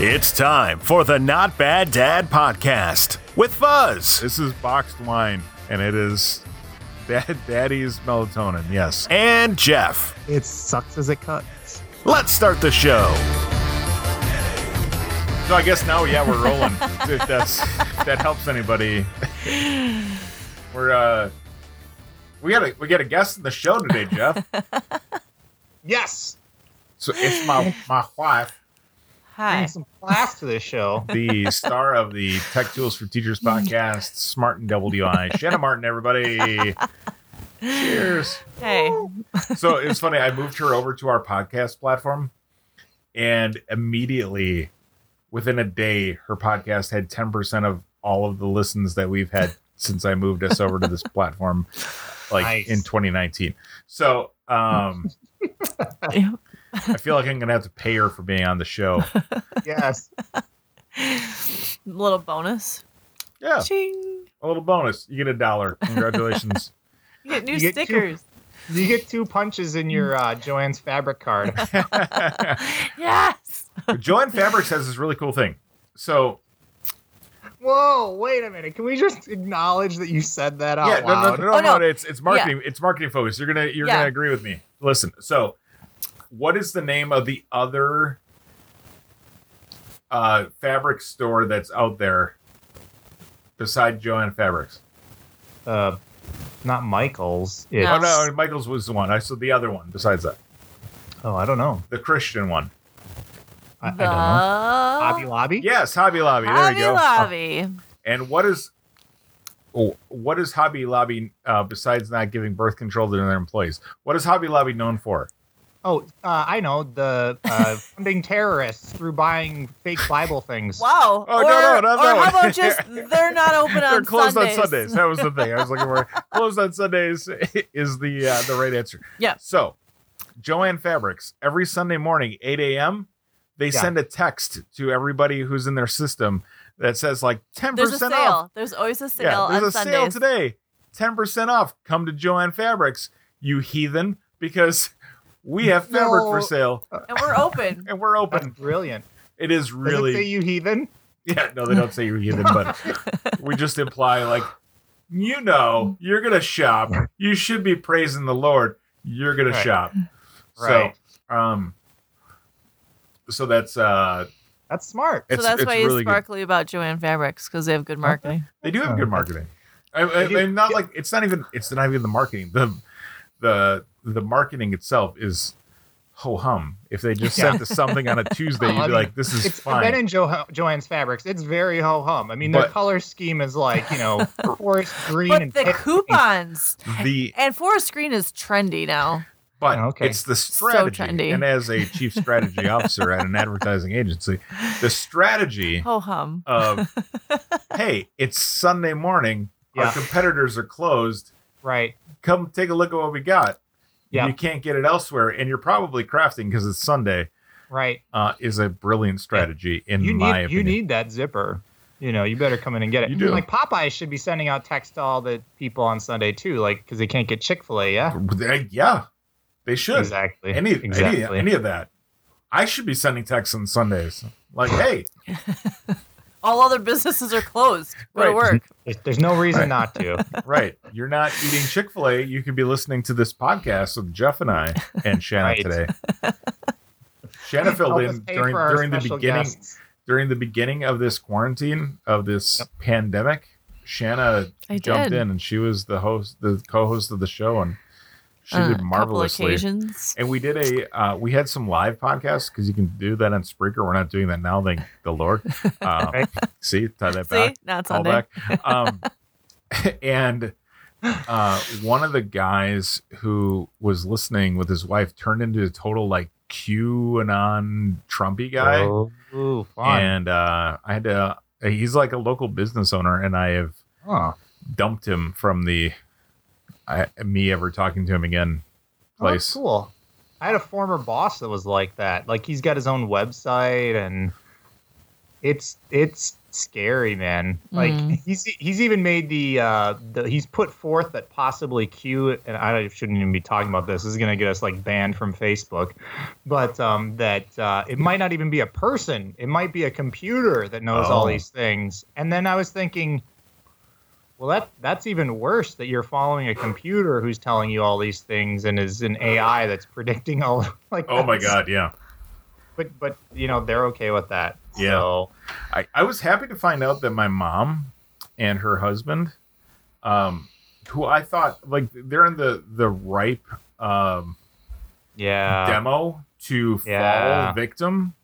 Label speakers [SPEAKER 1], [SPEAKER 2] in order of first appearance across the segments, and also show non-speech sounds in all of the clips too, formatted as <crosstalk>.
[SPEAKER 1] It's time for the Not Bad Dad podcast with Fuzz
[SPEAKER 2] This is boxed wine, and it is dad, daddy's melatonin. Yes.
[SPEAKER 1] and Jeff.
[SPEAKER 3] It sucks as it cuts.
[SPEAKER 1] Let's start the show.
[SPEAKER 2] So I guess now, yeah, we're rolling.
[SPEAKER 1] <laughs>
[SPEAKER 2] if that's if that helps anybody, we're uh, we got a we got a guest in the show today, Jeff.
[SPEAKER 1] <laughs>
[SPEAKER 3] Yes.
[SPEAKER 2] So it's my my wife,
[SPEAKER 3] Bring
[SPEAKER 4] Hi.
[SPEAKER 3] some class to this
[SPEAKER 4] <laughs>
[SPEAKER 3] show.
[SPEAKER 2] the star of the Tech Tools for Teachers podcast, Smart and Double DI, Shannon Martin. Everybody, cheers.
[SPEAKER 4] Hey.
[SPEAKER 2] so it's funny. I moved her over to our podcast platform, and immediately, within a day, her podcast had ten percent of all of the listens that we've had since I moved us over to this platform, like
[SPEAKER 3] Nice.
[SPEAKER 2] in 2019. So um, <laughs> I feel like I'm gonna have to pay her for being on the show.
[SPEAKER 3] Yes.
[SPEAKER 4] <laughs> Little bonus.
[SPEAKER 2] Yeah,
[SPEAKER 4] Ching.
[SPEAKER 2] a little bonus. You get a dollar. Congratulations.
[SPEAKER 4] You get new
[SPEAKER 3] You get two.
[SPEAKER 4] stickers. <laughs>
[SPEAKER 3] You get two punches in your uh, Joanne's fabric
[SPEAKER 4] <laughs>
[SPEAKER 3] card.
[SPEAKER 4] Yes.
[SPEAKER 2] Joanne Fabrics has this really cool thing. So
[SPEAKER 3] Whoa, wait a minute. Can we just acknowledge that you said that out
[SPEAKER 2] yeah, no, no,
[SPEAKER 3] loud?
[SPEAKER 2] no, no,
[SPEAKER 4] Oh, no.
[SPEAKER 2] no, It's it's marketing. It's marketing focus. You're gonna you're
[SPEAKER 4] Yeah.
[SPEAKER 2] gonna agree with me. Listen. So, what is the name of the other uh, fabric store that's out there beside Joanne Fabrics?
[SPEAKER 3] Uh, not Michael's. It-
[SPEAKER 4] No.
[SPEAKER 2] Oh no, Michael's was the one. I saw the other one besides that,
[SPEAKER 3] Oh, I don't know.
[SPEAKER 2] the Christian one.
[SPEAKER 3] I, I don't
[SPEAKER 4] the
[SPEAKER 3] know. Hobby Lobby?
[SPEAKER 2] Yes, Hobby Lobby. There
[SPEAKER 4] Hobby
[SPEAKER 2] you go. Oh.
[SPEAKER 4] Lobby.
[SPEAKER 2] And what is oh, what is Hobby Lobby uh, besides not giving birth control to their employees? What is Hobby Lobby known for?
[SPEAKER 3] Oh, uh, I know. The
[SPEAKER 4] <laughs>
[SPEAKER 3] uh, funding terrorists through buying fake Bible things.
[SPEAKER 4] Wow.
[SPEAKER 2] Oh,
[SPEAKER 4] or,
[SPEAKER 2] no, no, not that
[SPEAKER 4] or how
[SPEAKER 2] one. <laughs>
[SPEAKER 4] about just they're not open on
[SPEAKER 2] They're closed
[SPEAKER 4] Sundays.
[SPEAKER 2] on Sundays. That was the thing. I was looking
[SPEAKER 4] <laughs>
[SPEAKER 2] for closed on Sundays is the uh, the right answer.
[SPEAKER 4] Yeah.
[SPEAKER 2] So, Joanne Fabrics every Sunday morning, eight a.m. They
[SPEAKER 3] Yeah.
[SPEAKER 2] send a text to everybody who's in their system that says like ten
[SPEAKER 4] <laughs> There's a
[SPEAKER 2] percent
[SPEAKER 4] sale.
[SPEAKER 2] off.
[SPEAKER 4] There's always a sale
[SPEAKER 2] Yeah,
[SPEAKER 4] on
[SPEAKER 2] there's a
[SPEAKER 4] Sundays.
[SPEAKER 2] sale today. Ten percent off. Come to Joanne Fabrics, you heathen, because <laughs> we have fabric for
[SPEAKER 3] No.
[SPEAKER 2] sale
[SPEAKER 4] And
[SPEAKER 2] <laughs>
[SPEAKER 4] we're open.
[SPEAKER 2] and we're
[SPEAKER 3] That's
[SPEAKER 2] open.
[SPEAKER 3] brilliant.
[SPEAKER 2] It is
[SPEAKER 3] Does
[SPEAKER 2] really
[SPEAKER 3] it say you heathen?
[SPEAKER 2] yeah, no, they don't say you're heathen, but we just imply like, you know, you're gonna shop. You should be praising the Lord. You're gonna
[SPEAKER 3] Right.
[SPEAKER 2] shop.
[SPEAKER 3] Right.
[SPEAKER 2] So, um, so that's uh,
[SPEAKER 3] That's smart.
[SPEAKER 2] it's,
[SPEAKER 4] so that's
[SPEAKER 2] it's
[SPEAKER 4] why
[SPEAKER 2] really
[SPEAKER 4] you
[SPEAKER 2] good.
[SPEAKER 4] sparkly about Joanne Fabrics because they have good marketing.
[SPEAKER 2] They do have good
[SPEAKER 3] Oh,
[SPEAKER 2] marketing. I, I,
[SPEAKER 3] They do.
[SPEAKER 2] and not like it's not even it's not even the marketing. The the the marketing itself is ho hum. If they just
[SPEAKER 3] Yeah.
[SPEAKER 2] sent us something on a Tuesday,
[SPEAKER 3] No,
[SPEAKER 2] you'd be
[SPEAKER 3] I mean,
[SPEAKER 2] like, this is
[SPEAKER 3] It's
[SPEAKER 2] fine.
[SPEAKER 3] Ben and jo- Joanne's fabrics. It's very ho hum. I mean, their
[SPEAKER 2] But-
[SPEAKER 3] color scheme is like
[SPEAKER 2] <laughs>
[SPEAKER 3] you know forest green
[SPEAKER 4] But
[SPEAKER 3] and
[SPEAKER 4] the
[SPEAKER 3] pink.
[SPEAKER 4] coupons
[SPEAKER 2] the
[SPEAKER 4] and Forest Green is trendy now.
[SPEAKER 2] But
[SPEAKER 3] Oh, okay.
[SPEAKER 2] it's the
[SPEAKER 4] So
[SPEAKER 2] strategy.
[SPEAKER 4] trendy.
[SPEAKER 2] And as a chief
[SPEAKER 4] <laughs>
[SPEAKER 2] strategy officer at an advertising agency, the strategy
[SPEAKER 4] Ho hum. <laughs>
[SPEAKER 2] of, hey, it's Sunday morning. Our
[SPEAKER 3] Yeah.
[SPEAKER 2] competitors are closed.
[SPEAKER 3] right.
[SPEAKER 2] Come take a look at what we got.
[SPEAKER 3] Yeah,
[SPEAKER 2] You can't get it elsewhere. And you're probably crafting because it's Sunday
[SPEAKER 3] right.
[SPEAKER 2] uh, is a brilliant strategy, in
[SPEAKER 3] You
[SPEAKER 2] my
[SPEAKER 3] need you
[SPEAKER 2] opinion.
[SPEAKER 3] need that zipper. You know, you better come in and get it.
[SPEAKER 2] You do.
[SPEAKER 3] Like Popeye should be sending out text to all the people on Sunday too, like because they can't get Chick Fil A. Yeah,
[SPEAKER 2] They- yeah, they should.
[SPEAKER 3] exactly.
[SPEAKER 2] Any,
[SPEAKER 3] exactly.
[SPEAKER 2] any, any of that. I should be sending texts on Sundays.
[SPEAKER 3] <laughs>
[SPEAKER 2] Like, hey,
[SPEAKER 4] All other <laughs> businesses are closed. Go to
[SPEAKER 2] Right.
[SPEAKER 4] work.
[SPEAKER 3] there's, there's no reason
[SPEAKER 2] <laughs>
[SPEAKER 3] not to.
[SPEAKER 2] Right. You're not eating Chick fil A. You could be listening to this podcast with Jeff and I and Shanna
[SPEAKER 3] Right.
[SPEAKER 2] today. Shanna filled
[SPEAKER 3] Help us
[SPEAKER 2] in
[SPEAKER 3] pay
[SPEAKER 2] during
[SPEAKER 3] for our
[SPEAKER 2] during the
[SPEAKER 3] special
[SPEAKER 2] beginning
[SPEAKER 3] guests.
[SPEAKER 2] during the beginning of this quarantine of this pandemic. Shanna
[SPEAKER 4] I
[SPEAKER 2] jumped
[SPEAKER 4] did.
[SPEAKER 2] in and she was the host the co-host of the show and she did
[SPEAKER 4] on A Uh, couple
[SPEAKER 2] marvelously.
[SPEAKER 4] occasions.
[SPEAKER 2] And we did a uh, we had some live podcasts because you can do that on Spreaker. We're not doing that now, thank the
[SPEAKER 3] <laughs>
[SPEAKER 2] Lord. Um,
[SPEAKER 3] Right.
[SPEAKER 2] See, tie that back
[SPEAKER 4] See, not Sunday.
[SPEAKER 2] callback. Um, <laughs> and uh, one of the guys who was listening with his wife turned into a total like QAnon Trumpy guy,
[SPEAKER 3] Oh, Ooh, fun.
[SPEAKER 2] and uh, I had to. He's like a local business owner, and I have
[SPEAKER 3] Huh.
[SPEAKER 2] dumped him from the I, me ever talking to him again
[SPEAKER 3] Oh, that's
[SPEAKER 2] place.
[SPEAKER 3] cool. I had a former boss that was like that. Like he's got his own website and it's it's scary, man. Like
[SPEAKER 2] Mm.
[SPEAKER 3] he's he's even made the, uh, the he's put forth that possibly Q and I shouldn't even be talking about this. This is gonna get us like banned from Facebook, but um, that uh, it might not even be a person. It might be a computer that knows all
[SPEAKER 2] Oh.
[SPEAKER 3] these things. And then I was thinking. Well, that that's even worse. That you're following a computer who's telling you all these things and is an AI that's predicting all. <laughs> Like,
[SPEAKER 2] Oh my
[SPEAKER 3] that's-
[SPEAKER 2] god, yeah.
[SPEAKER 3] But but you know they're okay with that.
[SPEAKER 2] Yeah.
[SPEAKER 3] So,
[SPEAKER 2] I, I was happy to find out that my mom and her husband, um, who I thought like they're in the the ripe um,
[SPEAKER 3] yeah.
[SPEAKER 2] demo to
[SPEAKER 3] yeah.
[SPEAKER 2] fall victim,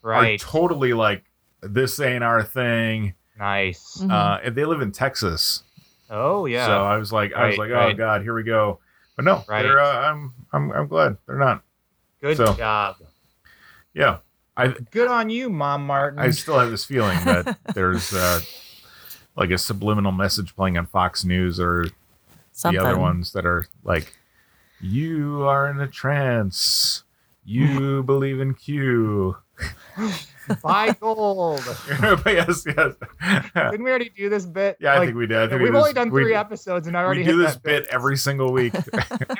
[SPEAKER 3] Right.
[SPEAKER 2] are totally like this ain't our thing.
[SPEAKER 3] nice.
[SPEAKER 4] Mhm.
[SPEAKER 2] Uh, and they live in Texas,
[SPEAKER 3] Oh yeah.
[SPEAKER 2] so I was like, I was
[SPEAKER 3] Right,
[SPEAKER 2] like, oh
[SPEAKER 3] right.
[SPEAKER 2] god, here we go. But no,
[SPEAKER 3] Right.
[SPEAKER 2] they're, uh, I'm I'm I'm glad they're not.
[SPEAKER 3] Good
[SPEAKER 2] so-
[SPEAKER 3] job.
[SPEAKER 2] Yeah, I
[SPEAKER 3] Good on you, Mom Martin.
[SPEAKER 2] I still have this feeling that there's uh, like a subliminal message playing on Fox News or
[SPEAKER 4] Something.
[SPEAKER 2] the other ones that are like, you are in a trance.
[SPEAKER 3] <laughs>
[SPEAKER 2] You believe in Q. <laughs>
[SPEAKER 3] Buy gold.
[SPEAKER 2] But yes, yes. yeah,
[SPEAKER 3] Didn't we already do this bit?
[SPEAKER 2] I
[SPEAKER 3] Like,
[SPEAKER 2] think we did. I think
[SPEAKER 3] We've
[SPEAKER 2] we
[SPEAKER 3] only
[SPEAKER 2] just-
[SPEAKER 3] done
[SPEAKER 2] we-
[SPEAKER 3] three episodes, and I
[SPEAKER 2] We
[SPEAKER 3] already
[SPEAKER 2] do
[SPEAKER 3] hit
[SPEAKER 2] this
[SPEAKER 3] that
[SPEAKER 2] bit every
[SPEAKER 3] <laughs>
[SPEAKER 2] single week.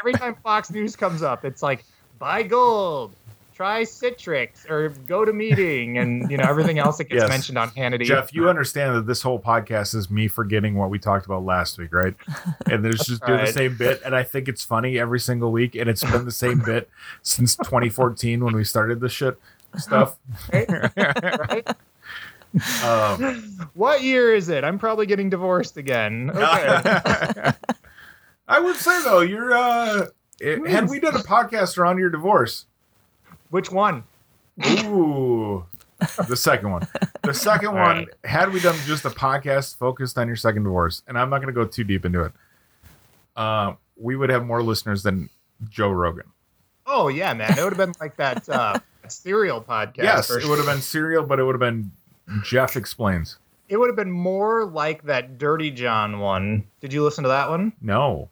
[SPEAKER 3] Every time Fox News comes up, it's like buy gold, try Citrix, or go to meeting, and you know everything else that gets
[SPEAKER 2] Yes.
[SPEAKER 3] mentioned on Hannity.
[SPEAKER 2] Jeff, you understand that this whole podcast is me forgetting what we talked about last week,
[SPEAKER 3] <laughs>
[SPEAKER 2] right? And there's just doing the
[SPEAKER 3] right.
[SPEAKER 2] same bit, and I think it's funny every single week, and it's been the same
[SPEAKER 3] <laughs>
[SPEAKER 2] bit since 2014 when we started this shit
[SPEAKER 3] <laughs>
[SPEAKER 2] stuff.
[SPEAKER 3] <laughs> Right?
[SPEAKER 2] Um,
[SPEAKER 3] What year is it? I'm probably getting
[SPEAKER 2] <laughs>
[SPEAKER 3] divorced again. Okay. <laughs>
[SPEAKER 2] I would say though, you're uh it, had we done a podcast around your divorce.
[SPEAKER 3] Which one?
[SPEAKER 2] Ooh. The second one. The second
[SPEAKER 3] All
[SPEAKER 2] one,
[SPEAKER 3] right.
[SPEAKER 2] had we done just a podcast focused on your second divorce, and I'm not gonna go too deep into it. Uh, we would have more listeners than Joe Rogan.
[SPEAKER 3] Oh yeah, man, it would have been like that uh, serial podcast.
[SPEAKER 2] yes,
[SPEAKER 3] or-
[SPEAKER 2] it would have been serial, but it would have been Jeff explains.
[SPEAKER 3] It would have been more like that Dirty John one. Did you listen to that one?
[SPEAKER 2] No.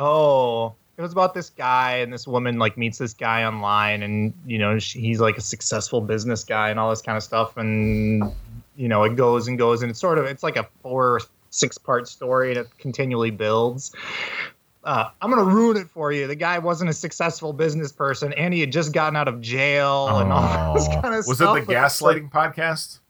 [SPEAKER 3] Oh, it was about this guy and this woman like meets this guy online, and you know she, he's like a successful business guy and all this kind of stuff, and you know it goes and goes, and it's sort of it's like a four or six part story, and it continually builds. Uh, I'm gonna ruin it for you. The guy wasn't a successful business person, and he had just gotten out of jail, and all this
[SPEAKER 2] Oh.
[SPEAKER 3] kind of
[SPEAKER 2] was it
[SPEAKER 3] stuff.
[SPEAKER 2] the
[SPEAKER 3] But it's like-
[SPEAKER 2] gaslighting podcast?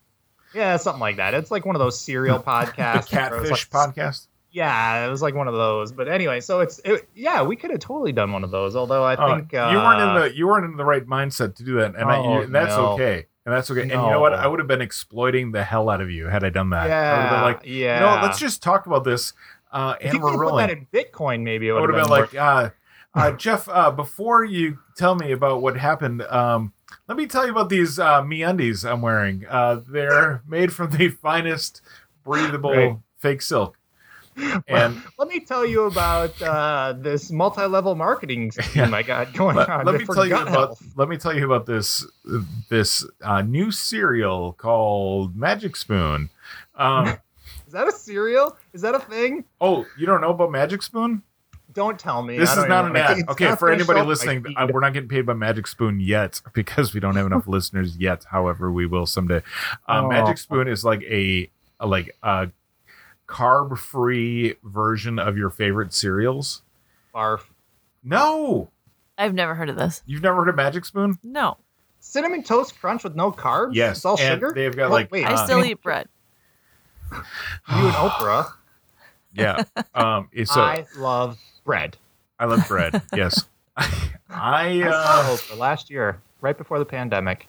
[SPEAKER 3] Yeah, something like that. It's like one of those
[SPEAKER 2] <laughs>
[SPEAKER 3] serial
[SPEAKER 2] The
[SPEAKER 3] podcasts. where it was
[SPEAKER 2] catfish
[SPEAKER 3] like-
[SPEAKER 2] podcast?
[SPEAKER 3] Yeah, it was like one of those. But anyway, so it's it, yeah, we could have totally done one of those. Although I
[SPEAKER 2] Uh,
[SPEAKER 3] think uh,
[SPEAKER 2] you weren't in the you weren't in the right mindset to do that, and, I,
[SPEAKER 3] Oh,
[SPEAKER 2] you, and that's
[SPEAKER 3] no.
[SPEAKER 2] okay, and that's okay. And you know what?
[SPEAKER 3] No.
[SPEAKER 2] I would have been exploiting the hell out of you had I done that. I would have
[SPEAKER 3] yeah,
[SPEAKER 2] been like,
[SPEAKER 3] yeah.
[SPEAKER 2] you know, what? let's just talk about this, uh,
[SPEAKER 3] if you
[SPEAKER 2] and we're
[SPEAKER 3] could've put
[SPEAKER 2] rolling.
[SPEAKER 3] that in Bitcoin, maybe
[SPEAKER 2] I
[SPEAKER 3] it would
[SPEAKER 2] would
[SPEAKER 3] have
[SPEAKER 2] have been
[SPEAKER 3] more-
[SPEAKER 2] like, uh, uh, Jeff, uh, before you tell me about what happened, um, let me tell you about these uh, MeUndies I'm wearing. Uh, they're made from the <laughs> finest breathable
[SPEAKER 3] Right.
[SPEAKER 2] fake silk, and
[SPEAKER 3] let me tell you about uh, this
[SPEAKER 2] <laughs>
[SPEAKER 3] multi-level marketing scheme I got going
[SPEAKER 2] let,
[SPEAKER 3] on.
[SPEAKER 2] let
[SPEAKER 3] that
[SPEAKER 2] me
[SPEAKER 3] for
[SPEAKER 2] tell you
[SPEAKER 3] gut
[SPEAKER 2] about
[SPEAKER 3] health.
[SPEAKER 2] let me tell you about this this uh, new cereal called Magic Spoon.
[SPEAKER 3] <laughs>
[SPEAKER 2] Um,
[SPEAKER 3] Is that a cereal? Is that a thing?
[SPEAKER 2] oh, you don't know about Magic Spoon?
[SPEAKER 3] Don't tell me.
[SPEAKER 2] This
[SPEAKER 3] I
[SPEAKER 2] is
[SPEAKER 3] don't
[SPEAKER 2] not
[SPEAKER 3] even
[SPEAKER 2] an
[SPEAKER 3] wanna-
[SPEAKER 2] ad.
[SPEAKER 3] it's
[SPEAKER 2] Okay,
[SPEAKER 3] not
[SPEAKER 2] for
[SPEAKER 3] gonna show
[SPEAKER 2] anybody
[SPEAKER 3] up my
[SPEAKER 2] listening,
[SPEAKER 3] feed.
[SPEAKER 2] uh, we're not getting paid by Magic Spoon yet <laughs> because we don't have
[SPEAKER 3] <laughs>
[SPEAKER 2] enough listeners yet. However, we will someday. Uh,
[SPEAKER 3] Oh.
[SPEAKER 2] Magic Spoon is like a a- like a carb-free version of your favorite cereals.
[SPEAKER 3] Barf.
[SPEAKER 2] No,
[SPEAKER 4] I've never heard of this.
[SPEAKER 2] you've never heard of Magic Spoon?
[SPEAKER 4] No,
[SPEAKER 3] cinnamon toast crunch with no carbs.
[SPEAKER 2] Yes,
[SPEAKER 3] it's all
[SPEAKER 2] and
[SPEAKER 3] sugar.
[SPEAKER 2] they've got,
[SPEAKER 3] Well,
[SPEAKER 2] like,
[SPEAKER 3] wait,
[SPEAKER 4] I
[SPEAKER 2] Uh,
[SPEAKER 4] still eat bread.
[SPEAKER 3] you and Oprah.
[SPEAKER 4] <laughs>
[SPEAKER 2] Yeah. Um, it's so
[SPEAKER 3] I love bread.
[SPEAKER 2] I love bread. yes. <laughs> I
[SPEAKER 3] I
[SPEAKER 2] uh,
[SPEAKER 3] saw Oprah last year, right before the pandemic,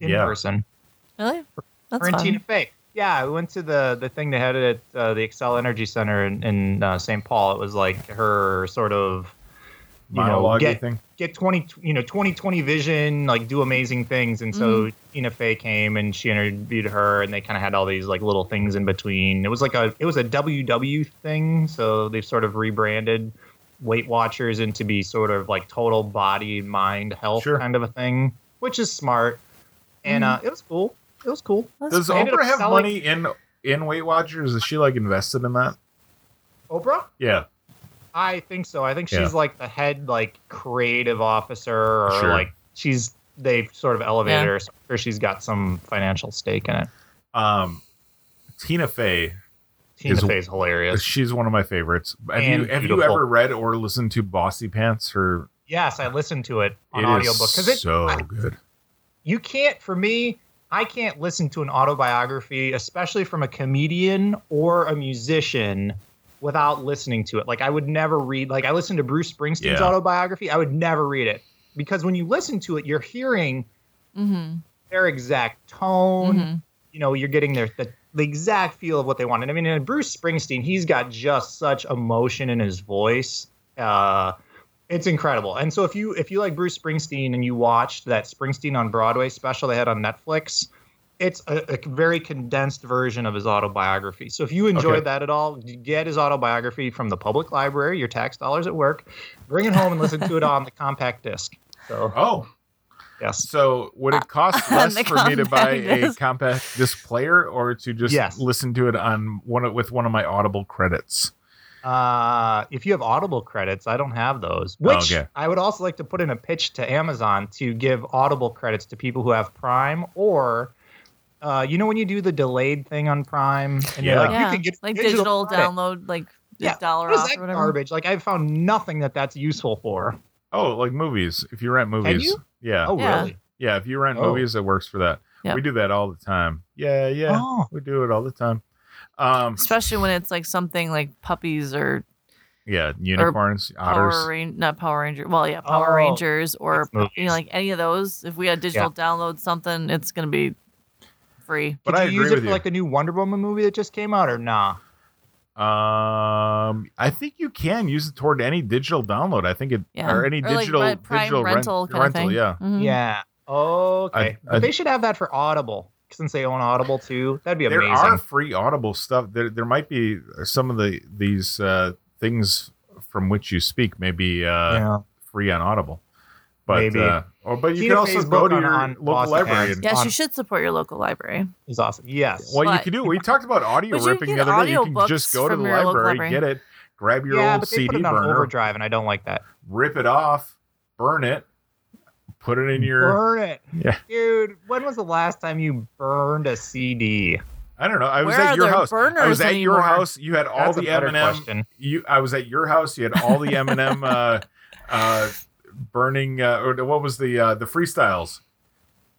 [SPEAKER 3] in
[SPEAKER 2] Yeah.
[SPEAKER 3] person.
[SPEAKER 4] Really? That's
[SPEAKER 3] Quarantine
[SPEAKER 4] fun.
[SPEAKER 3] fake. Yeah, I went to the the thing they had at uh, the Excel Energy Center in, in uh, St. Paul. It was like her sort of you know
[SPEAKER 2] monologue
[SPEAKER 3] get
[SPEAKER 2] thing.
[SPEAKER 3] get 20 you know 2020 vision like do amazing things and so tina fey came and she interviewed her and they kind of had all these like little things in between it was like a it was a ww thing so they've sort of rebranded weight watchers into be sort of like total body mind health
[SPEAKER 2] Sure.
[SPEAKER 3] kind of a thing which is smart and uh, it was cool it was cool
[SPEAKER 4] That's
[SPEAKER 2] Does
[SPEAKER 4] fun.
[SPEAKER 3] ended
[SPEAKER 2] Oprah
[SPEAKER 3] up
[SPEAKER 2] have
[SPEAKER 3] selling-
[SPEAKER 2] money in in Weight Watchers? Is she like invested in that?
[SPEAKER 3] oprah
[SPEAKER 2] Yeah.
[SPEAKER 3] I think so. I think she's
[SPEAKER 2] Yeah.
[SPEAKER 3] like the head like creative officer or
[SPEAKER 2] Sure.
[SPEAKER 3] like she's they've sort of elevated
[SPEAKER 4] Yeah.
[SPEAKER 3] her so I'm sure she's got some financial stake in it.
[SPEAKER 2] Um Tina Fey.
[SPEAKER 3] Tina
[SPEAKER 2] Is-
[SPEAKER 3] Fey's hilarious.
[SPEAKER 2] She's one of my favorites. Have
[SPEAKER 3] And
[SPEAKER 2] you have you
[SPEAKER 3] beautiful.
[SPEAKER 2] ever read or listened to Bossy Pants? Her
[SPEAKER 3] Yes, I listened to it on
[SPEAKER 2] it is
[SPEAKER 3] audiobook because it
[SPEAKER 2] so
[SPEAKER 3] I-
[SPEAKER 2] good.
[SPEAKER 3] you can't for me i can't listen to an autobiography especially from a comedian or a musician without listening to it like i would never read like i listened to bruce springsteen's
[SPEAKER 2] Yeah.
[SPEAKER 3] autobiography i would never read it because when you listen to it you're hearing
[SPEAKER 4] Mm-hmm.
[SPEAKER 3] their exact tone
[SPEAKER 4] Mhm.
[SPEAKER 3] you know you're getting their the, the exact feel of what they want and i mean and bruce springsteen he's got just such emotion in his voice uh it's incredible and so if you if you like bruce springsteen and you watched that springsteen on broadway special they had on netflix it's a, a very condensed version of his autobiography so if you enjoyed
[SPEAKER 2] Okay.
[SPEAKER 3] that at all get his autobiography from the public library your tax dollars at work bring it home and listen to it on the compact disc so
[SPEAKER 2] Oh,
[SPEAKER 3] yes
[SPEAKER 2] so would it cost
[SPEAKER 3] <laughs>
[SPEAKER 4] Uh,
[SPEAKER 2] less
[SPEAKER 4] the
[SPEAKER 2] for me to buy
[SPEAKER 4] compact
[SPEAKER 2] a
[SPEAKER 4] disc.
[SPEAKER 2] compact disc player or to just
[SPEAKER 3] Yes.
[SPEAKER 2] listen to it on one of, with one of my Audible credits?
[SPEAKER 3] Uh, if you have Audible credits, I don't have those. Which
[SPEAKER 2] Oh, Okay.
[SPEAKER 3] I would also like to put in a pitch to Amazon to give Audible credits to people who have Prime or. Uh, you know when you do the delayed thing on Prime and
[SPEAKER 2] Yeah.
[SPEAKER 3] you're like,
[SPEAKER 4] yeah.
[SPEAKER 3] you can get
[SPEAKER 4] like
[SPEAKER 3] digital,
[SPEAKER 4] digital,
[SPEAKER 3] credit."
[SPEAKER 4] download, like
[SPEAKER 3] Yeah,
[SPEAKER 4] just dollar
[SPEAKER 3] What is
[SPEAKER 4] off
[SPEAKER 3] that
[SPEAKER 4] or whatever.
[SPEAKER 3] garbage? Like I've found nothing that that's useful for.
[SPEAKER 2] Oh, like movies. If you rent movies,
[SPEAKER 3] you?
[SPEAKER 2] yeah,
[SPEAKER 3] Oh
[SPEAKER 4] Yeah.
[SPEAKER 3] really?
[SPEAKER 2] yeah. If you rent
[SPEAKER 3] Oh.
[SPEAKER 2] movies, it works for that.
[SPEAKER 4] Yeah.
[SPEAKER 2] We do that all the time. Yeah, yeah.
[SPEAKER 3] Oh,
[SPEAKER 2] We do it all the time. Um,
[SPEAKER 4] Especially when it's like something like puppies or
[SPEAKER 2] yeah, unicorns, otters.
[SPEAKER 4] Power Rangers, not Power Ranger. Well, yeah, Power
[SPEAKER 3] Oh,
[SPEAKER 4] Rangers or
[SPEAKER 3] it's movies.
[SPEAKER 4] you know, like any of those. If we had digital download something, it's gonna be free.
[SPEAKER 2] But
[SPEAKER 3] did
[SPEAKER 2] I
[SPEAKER 3] you
[SPEAKER 2] agree
[SPEAKER 3] use it
[SPEAKER 2] with
[SPEAKER 3] for
[SPEAKER 2] you.
[SPEAKER 3] like the new Wonder Woman movie that just came out or nah?
[SPEAKER 2] Um, I think you can use it toward any digital download. I think it
[SPEAKER 4] Yeah.
[SPEAKER 2] or any
[SPEAKER 4] Or, like,
[SPEAKER 2] digital
[SPEAKER 4] rent- Prime
[SPEAKER 2] digital rent-
[SPEAKER 4] rental kind of
[SPEAKER 2] rental.
[SPEAKER 4] thing.
[SPEAKER 2] Yeah,
[SPEAKER 4] Mhm.
[SPEAKER 3] Yeah. Okay.
[SPEAKER 2] I-
[SPEAKER 3] but
[SPEAKER 2] I-
[SPEAKER 3] they should have that for Audible since they own Audible too. That'd be
[SPEAKER 2] there
[SPEAKER 3] amazing.
[SPEAKER 2] are free Audible stuff. There, there might be some of the these uh, things from which you speak may be uh,
[SPEAKER 3] yeah.
[SPEAKER 2] free on Audible, but
[SPEAKER 3] Maybe.
[SPEAKER 2] uh, or but you
[SPEAKER 3] Tina
[SPEAKER 2] can also
[SPEAKER 3] Fey's
[SPEAKER 2] go
[SPEAKER 3] book
[SPEAKER 2] to
[SPEAKER 3] on-
[SPEAKER 2] your
[SPEAKER 3] on
[SPEAKER 2] local
[SPEAKER 3] Boston
[SPEAKER 2] library.
[SPEAKER 3] Cast.
[SPEAKER 2] And,
[SPEAKER 4] Yes,
[SPEAKER 3] On-
[SPEAKER 4] you should support your local library.
[SPEAKER 3] is awesome. Yes.
[SPEAKER 2] well, you
[SPEAKER 4] But-
[SPEAKER 2] can do. We talked about audio
[SPEAKER 4] But you
[SPEAKER 2] ripping
[SPEAKER 4] can
[SPEAKER 2] the other day. You can
[SPEAKER 4] audiobooks
[SPEAKER 2] just go to the
[SPEAKER 4] from your local
[SPEAKER 2] library,
[SPEAKER 4] library.
[SPEAKER 2] get it, grab your
[SPEAKER 3] yeah,
[SPEAKER 2] old
[SPEAKER 3] but they
[SPEAKER 2] CD
[SPEAKER 3] put it on
[SPEAKER 2] burner,
[SPEAKER 3] overdrive, and I don't like that.
[SPEAKER 2] rip it off, burn it, put it in your.
[SPEAKER 3] Burn it,
[SPEAKER 2] Yeah.
[SPEAKER 3] dude. When was the last time you burned a CD?
[SPEAKER 2] I don't know. I was
[SPEAKER 4] Where
[SPEAKER 2] at
[SPEAKER 4] are
[SPEAKER 2] your
[SPEAKER 4] there
[SPEAKER 2] house.
[SPEAKER 4] burners
[SPEAKER 2] I was at your
[SPEAKER 4] anymore?
[SPEAKER 2] house. You had all
[SPEAKER 3] That's
[SPEAKER 2] the
[SPEAKER 3] a better
[SPEAKER 2] M and M.
[SPEAKER 3] question.
[SPEAKER 2] You, I was at your house. You had all the M and
[SPEAKER 4] <laughs>
[SPEAKER 2] M. Uh, uh, burning. Uh, or what was the uh, the freestyles?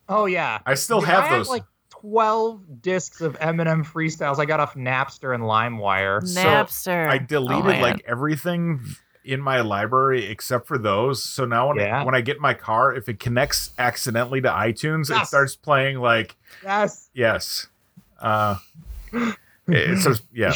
[SPEAKER 3] Oh yeah,
[SPEAKER 2] I still
[SPEAKER 3] Dude,
[SPEAKER 2] have
[SPEAKER 3] I
[SPEAKER 2] those.
[SPEAKER 3] like twelve discs of Eminem freestyles I got off Napster and LimeWire.
[SPEAKER 2] So,
[SPEAKER 4] Napster.
[SPEAKER 3] <laughs>
[SPEAKER 2] I
[SPEAKER 4] Oh,
[SPEAKER 2] deleted
[SPEAKER 4] man. <gasps>
[SPEAKER 2] like everything in my library except for those. So now when
[SPEAKER 3] Yeah.
[SPEAKER 2] when I get in my car, if it connects accidentally to iTunes, it
[SPEAKER 3] Yes.
[SPEAKER 2] starts playing like
[SPEAKER 3] Yes.
[SPEAKER 2] yes. Uh, it starts
[SPEAKER 3] <laughs>
[SPEAKER 2] yeah.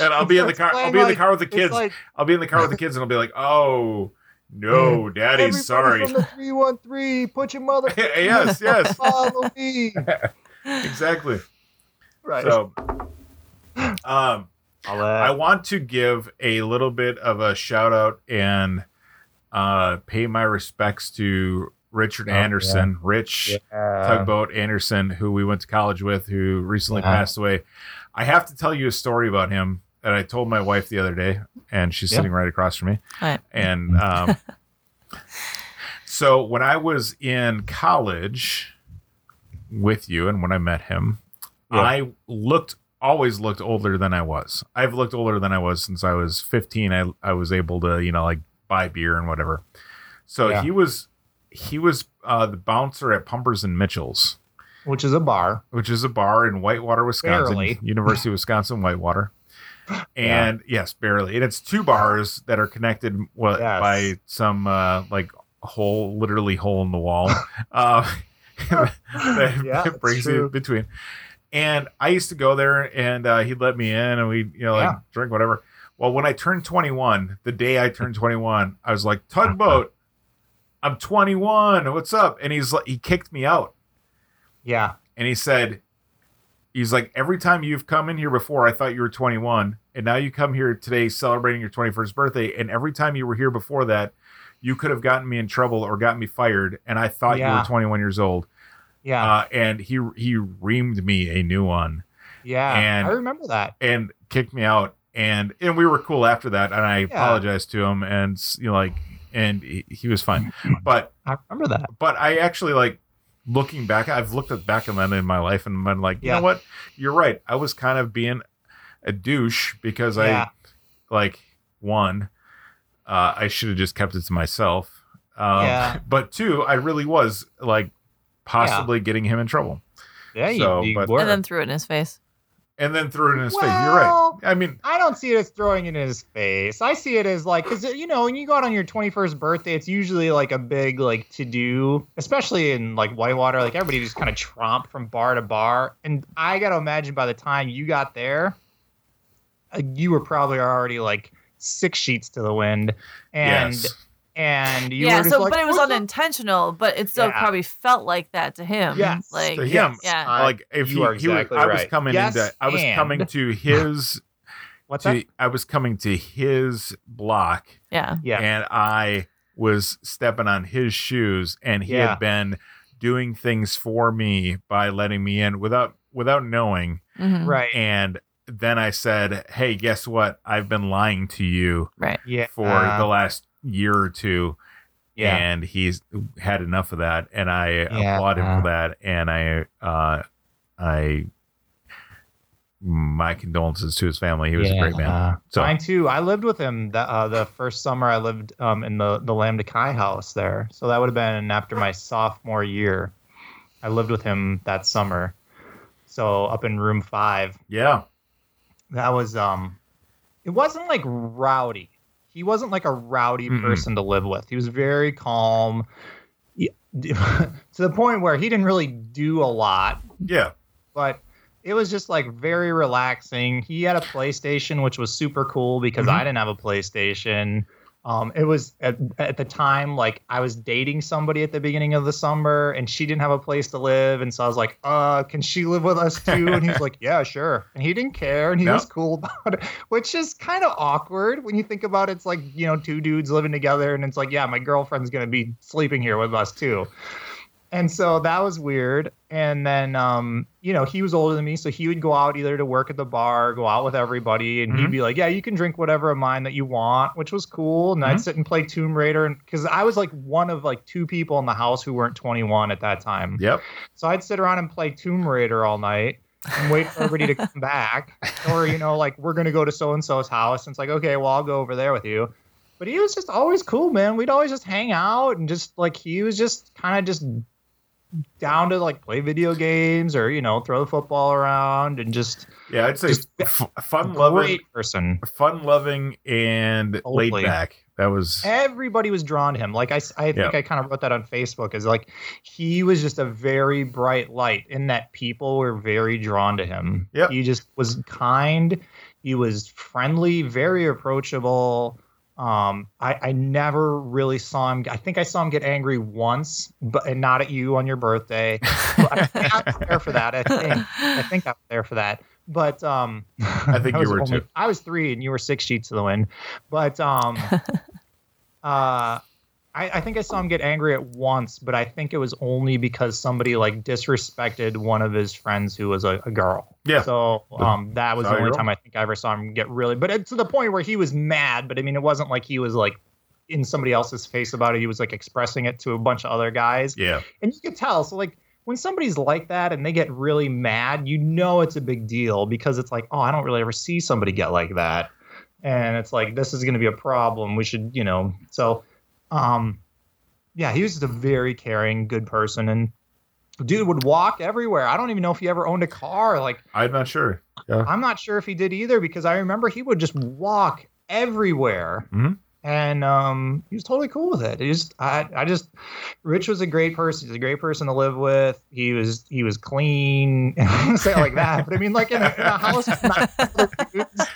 [SPEAKER 2] And I'll be in the
[SPEAKER 3] It's
[SPEAKER 2] car. I'll
[SPEAKER 3] playing
[SPEAKER 2] be in the
[SPEAKER 3] like-
[SPEAKER 2] car with the
[SPEAKER 3] it's
[SPEAKER 2] kids.
[SPEAKER 3] like
[SPEAKER 2] I'll be in the car with the kids and I'll be like, oh,
[SPEAKER 3] <laughs>
[SPEAKER 2] no, daddy,
[SPEAKER 3] "Everybody
[SPEAKER 2] sorry. <laughs>
[SPEAKER 3] From the three one three, put your mother.
[SPEAKER 2] yes, <laughs> yes,
[SPEAKER 3] <laughs> Follow
[SPEAKER 2] <laughs>
[SPEAKER 3] me.
[SPEAKER 2] exactly.
[SPEAKER 3] Right.
[SPEAKER 2] So, um,
[SPEAKER 3] I'll
[SPEAKER 2] I
[SPEAKER 3] let-
[SPEAKER 2] want to give a little bit of a shout out and uh, pay my respects to Richard
[SPEAKER 3] Oh,
[SPEAKER 2] Anderson, Rich
[SPEAKER 3] yeah.
[SPEAKER 2] Tugboat Anderson, who we went to college with, who recently
[SPEAKER 3] Yeah.
[SPEAKER 2] passed away. I have to tell you a story about him that I told my wife the other day, and she's
[SPEAKER 3] Yeah.
[SPEAKER 2] sitting right across from me.
[SPEAKER 4] Alright.
[SPEAKER 2] And um, so when I was in college with you, and when I met him,
[SPEAKER 3] Yeah.
[SPEAKER 2] I looked always looked older than I was. I've looked older than I was since I was 15. I I was able to you know like buy beer and whatever. So
[SPEAKER 3] Yeah.
[SPEAKER 2] he was he was uh, the bouncer at Pumpers and Mitchell's,
[SPEAKER 3] Which is a bar.
[SPEAKER 2] which is a bar in Whitewater, Wisconsin,
[SPEAKER 3] Barely.
[SPEAKER 2] University of Wisconsin, Whitewater.
[SPEAKER 3] Yeah.
[SPEAKER 2] And yes, barely. And it's two bars that are connected wa-
[SPEAKER 3] Yes.
[SPEAKER 2] by some uh, like hole, literally hole in the
[SPEAKER 3] <laughs>
[SPEAKER 2] wall. uh, <laughs> <laughs> that
[SPEAKER 3] Yeah, it's
[SPEAKER 2] brings you
[SPEAKER 3] true.
[SPEAKER 2] between. And I used to go there, and uh, he'd let me in, and we you know like
[SPEAKER 3] Yeah.
[SPEAKER 2] drink whatever. Well, when I turned 21, the day I turned 21, I was like tugboat. I'm 21. What's up? And he's like, he kicked me out,
[SPEAKER 3] Yeah.
[SPEAKER 2] and he said, he's like, every time you've come in here before, I thought you were 21, and now you come here today celebrating your 21st birthday, and every time you were here before that, you could have gotten me in trouble or gotten me fired, and I thought you
[SPEAKER 3] Yeah.
[SPEAKER 2] were 21 years old
[SPEAKER 3] Yeah.
[SPEAKER 2] uh, and he he reamed me a new one
[SPEAKER 3] Yeah,
[SPEAKER 2] And-
[SPEAKER 3] I remember that.
[SPEAKER 2] and kicked me out and and we were cool after that and I apologized to him and you know like and he, he was fine but
[SPEAKER 3] I remember that.
[SPEAKER 2] but I actually like looking back, I've looked at back at that in my life and been like, you
[SPEAKER 3] Yeah.
[SPEAKER 2] know what? You're right. I was kind of being a douche because
[SPEAKER 3] Yeah.
[SPEAKER 2] I like one, uh, I should have just kept it to myself. Um,
[SPEAKER 3] Yeah.
[SPEAKER 2] <laughs> But two, I really was like possibly getting him in trouble.
[SPEAKER 3] Yeah, you,
[SPEAKER 2] So,
[SPEAKER 3] you
[SPEAKER 2] but-
[SPEAKER 3] were.
[SPEAKER 4] and then threw it in his face.
[SPEAKER 2] And then threw it in his face. You're right.
[SPEAKER 3] Well-
[SPEAKER 2] I mean,
[SPEAKER 3] I don't see it as throwing it in his face. I see it as like, because you know, when you go out on your 21st birthday, it's usually like a big like to do, especially in like Whitewater. Like everybody just kind of tromp from bar to bar, and I gotta imagine by the time you got there, uh, you were probably already like six sheets to the wind, and
[SPEAKER 2] yes.
[SPEAKER 3] and you
[SPEAKER 4] yeah.
[SPEAKER 3] were just
[SPEAKER 4] So,
[SPEAKER 3] like,
[SPEAKER 4] but it was
[SPEAKER 3] "What's up?"
[SPEAKER 4] unintentional. But it still
[SPEAKER 3] Yeah.
[SPEAKER 4] probably felt like that to him.
[SPEAKER 3] Yes.
[SPEAKER 4] Like
[SPEAKER 2] To him.
[SPEAKER 4] Yeah.
[SPEAKER 3] I-
[SPEAKER 2] like if
[SPEAKER 3] you
[SPEAKER 2] he,
[SPEAKER 3] are
[SPEAKER 2] he was-
[SPEAKER 3] exactly
[SPEAKER 2] I was
[SPEAKER 3] right.
[SPEAKER 2] coming
[SPEAKER 3] Yes,
[SPEAKER 2] into I was
[SPEAKER 3] and-
[SPEAKER 2] coming
[SPEAKER 3] <laughs>
[SPEAKER 2] to his
[SPEAKER 3] What's
[SPEAKER 2] to,
[SPEAKER 3] up?
[SPEAKER 2] I was coming to his block
[SPEAKER 4] yeah.
[SPEAKER 3] Yeah.
[SPEAKER 2] and I was stepping on his shoes, and he
[SPEAKER 3] Yeah.
[SPEAKER 2] had been doing things for me by letting me in without without knowing.
[SPEAKER 4] Mhm.
[SPEAKER 3] right.
[SPEAKER 2] And then I said, "Hey, guess what? I've been lying to you
[SPEAKER 3] yeah. uh, Uh-huh.
[SPEAKER 2] for the last year or two,
[SPEAKER 3] yeah.
[SPEAKER 2] and he's had enough of that." And I
[SPEAKER 3] Yeah. uh-huh.
[SPEAKER 2] applaud him for that, and I, uh, I. My condolences to his family. He was a great man.
[SPEAKER 3] Uh,
[SPEAKER 2] so
[SPEAKER 3] Mine too. I lived with him the uh, the first summer I lived um, in the the Lambda Chi house there. So that would have been after my sophomore year. I lived with him that summer. So up in room five,
[SPEAKER 2] yeah,
[SPEAKER 3] that was um, it wasn't like rowdy. He wasn't like a rowdy
[SPEAKER 2] Mm-mm.
[SPEAKER 3] person to live with. He was very calm. Yeah, <laughs> to the point where he didn't really do a lot
[SPEAKER 2] yeah.
[SPEAKER 3] but it was just like very relaxing. He had a PlayStation, which was super cool because
[SPEAKER 2] Mhm.
[SPEAKER 3] I didn't have a PlayStation. Um, it was at, at the time like I was dating somebody at the beginning of the summer, and she didn't have a place to live, and so I was like, "Uh, can she live with us too?" And he was like, "Yeah, sure." And he didn't care, and he
[SPEAKER 2] No.
[SPEAKER 3] was cool about it, which is kind of awkward when you think about it. It's like you know, two dudes living together, and it's like, "Yeah, my girlfriend's gonna be sleeping here with us too." and so that was weird and then um you know he was older than me so he would go out either to work at the bar go out with everybody and
[SPEAKER 2] Mhm.
[SPEAKER 3] he'd be like yeah you can drink whatever of mine that you want which was cool and
[SPEAKER 2] Mhm.
[SPEAKER 3] i'd sit and play tomb raider and because i was like one of like two people in the house who weren't 21 at that time
[SPEAKER 2] Yep.
[SPEAKER 3] so I'd sit around and play Tomb Raider all night and wait for everybody to come back. Or, you know, like, we're going to go to so and so's house. And it's like, okay, well, I'll go over there with you. But he was just always cool, man. We'd always just hang out and just like, he was just kind of just down to like play video games or, you know, throw the football around and just
[SPEAKER 2] Yeah, I'd say
[SPEAKER 3] Just
[SPEAKER 2] f- fun loving,
[SPEAKER 3] great person.
[SPEAKER 2] fun loving, and
[SPEAKER 3] Totally.
[SPEAKER 2] laid back. That was
[SPEAKER 3] Eh, everybody was drawn to him. Like I, s- I think
[SPEAKER 2] Yeah.
[SPEAKER 3] I kind of wrote that on Facebook. Is like he was just a very bright light in that people were very drawn to him.
[SPEAKER 2] Yep.
[SPEAKER 3] he just was kind. He was friendly, very approachable. Um, I, I never really saw him. I think I saw him get angry once, but and not at you on your birthday. But I think I was there for that. I think
[SPEAKER 2] <laughs>
[SPEAKER 3] I think I was there for that. But um, <laughs> I
[SPEAKER 2] think you
[SPEAKER 3] was
[SPEAKER 2] were
[SPEAKER 3] only-
[SPEAKER 2] too.
[SPEAKER 3] I was three, and you were six sheets to the wind. But um, uh, I, I think I saw him get angry at once, but I think it was only because somebody like disrespected one of his friends who was a, a girl.
[SPEAKER 2] Yeah.
[SPEAKER 3] So um, that was
[SPEAKER 2] Saw
[SPEAKER 3] the
[SPEAKER 2] a
[SPEAKER 3] only
[SPEAKER 2] girl.
[SPEAKER 3] time I think I ever saw him get really, but it, to the point where he was mad. But I mean, it wasn't like he was like in somebody else's face about it. He was like expressing it to a bunch of other guys
[SPEAKER 2] yeah,
[SPEAKER 3] and you could tell so like when somebody's like that and they get really mad you know it's a big deal because it's like oh i don't really ever see somebody get like that and it's like this is going to be a problem we should you know so um yeah he was just a very caring good person and dude would walk everywhere i don't even know if he ever owned a car like
[SPEAKER 2] I'm not sure.
[SPEAKER 3] I'm not sure if he did either because I remember he would just walk everywhere.
[SPEAKER 2] Mhm.
[SPEAKER 3] And um, he was totally cool with it. He just, I, I just, Rich was a great person. He's a great person to live with. He was, he was clean. <laughs> I don't say it like that, but I mean, like in a, in a
[SPEAKER 4] <laughs>
[SPEAKER 3] house with 19 other dudes,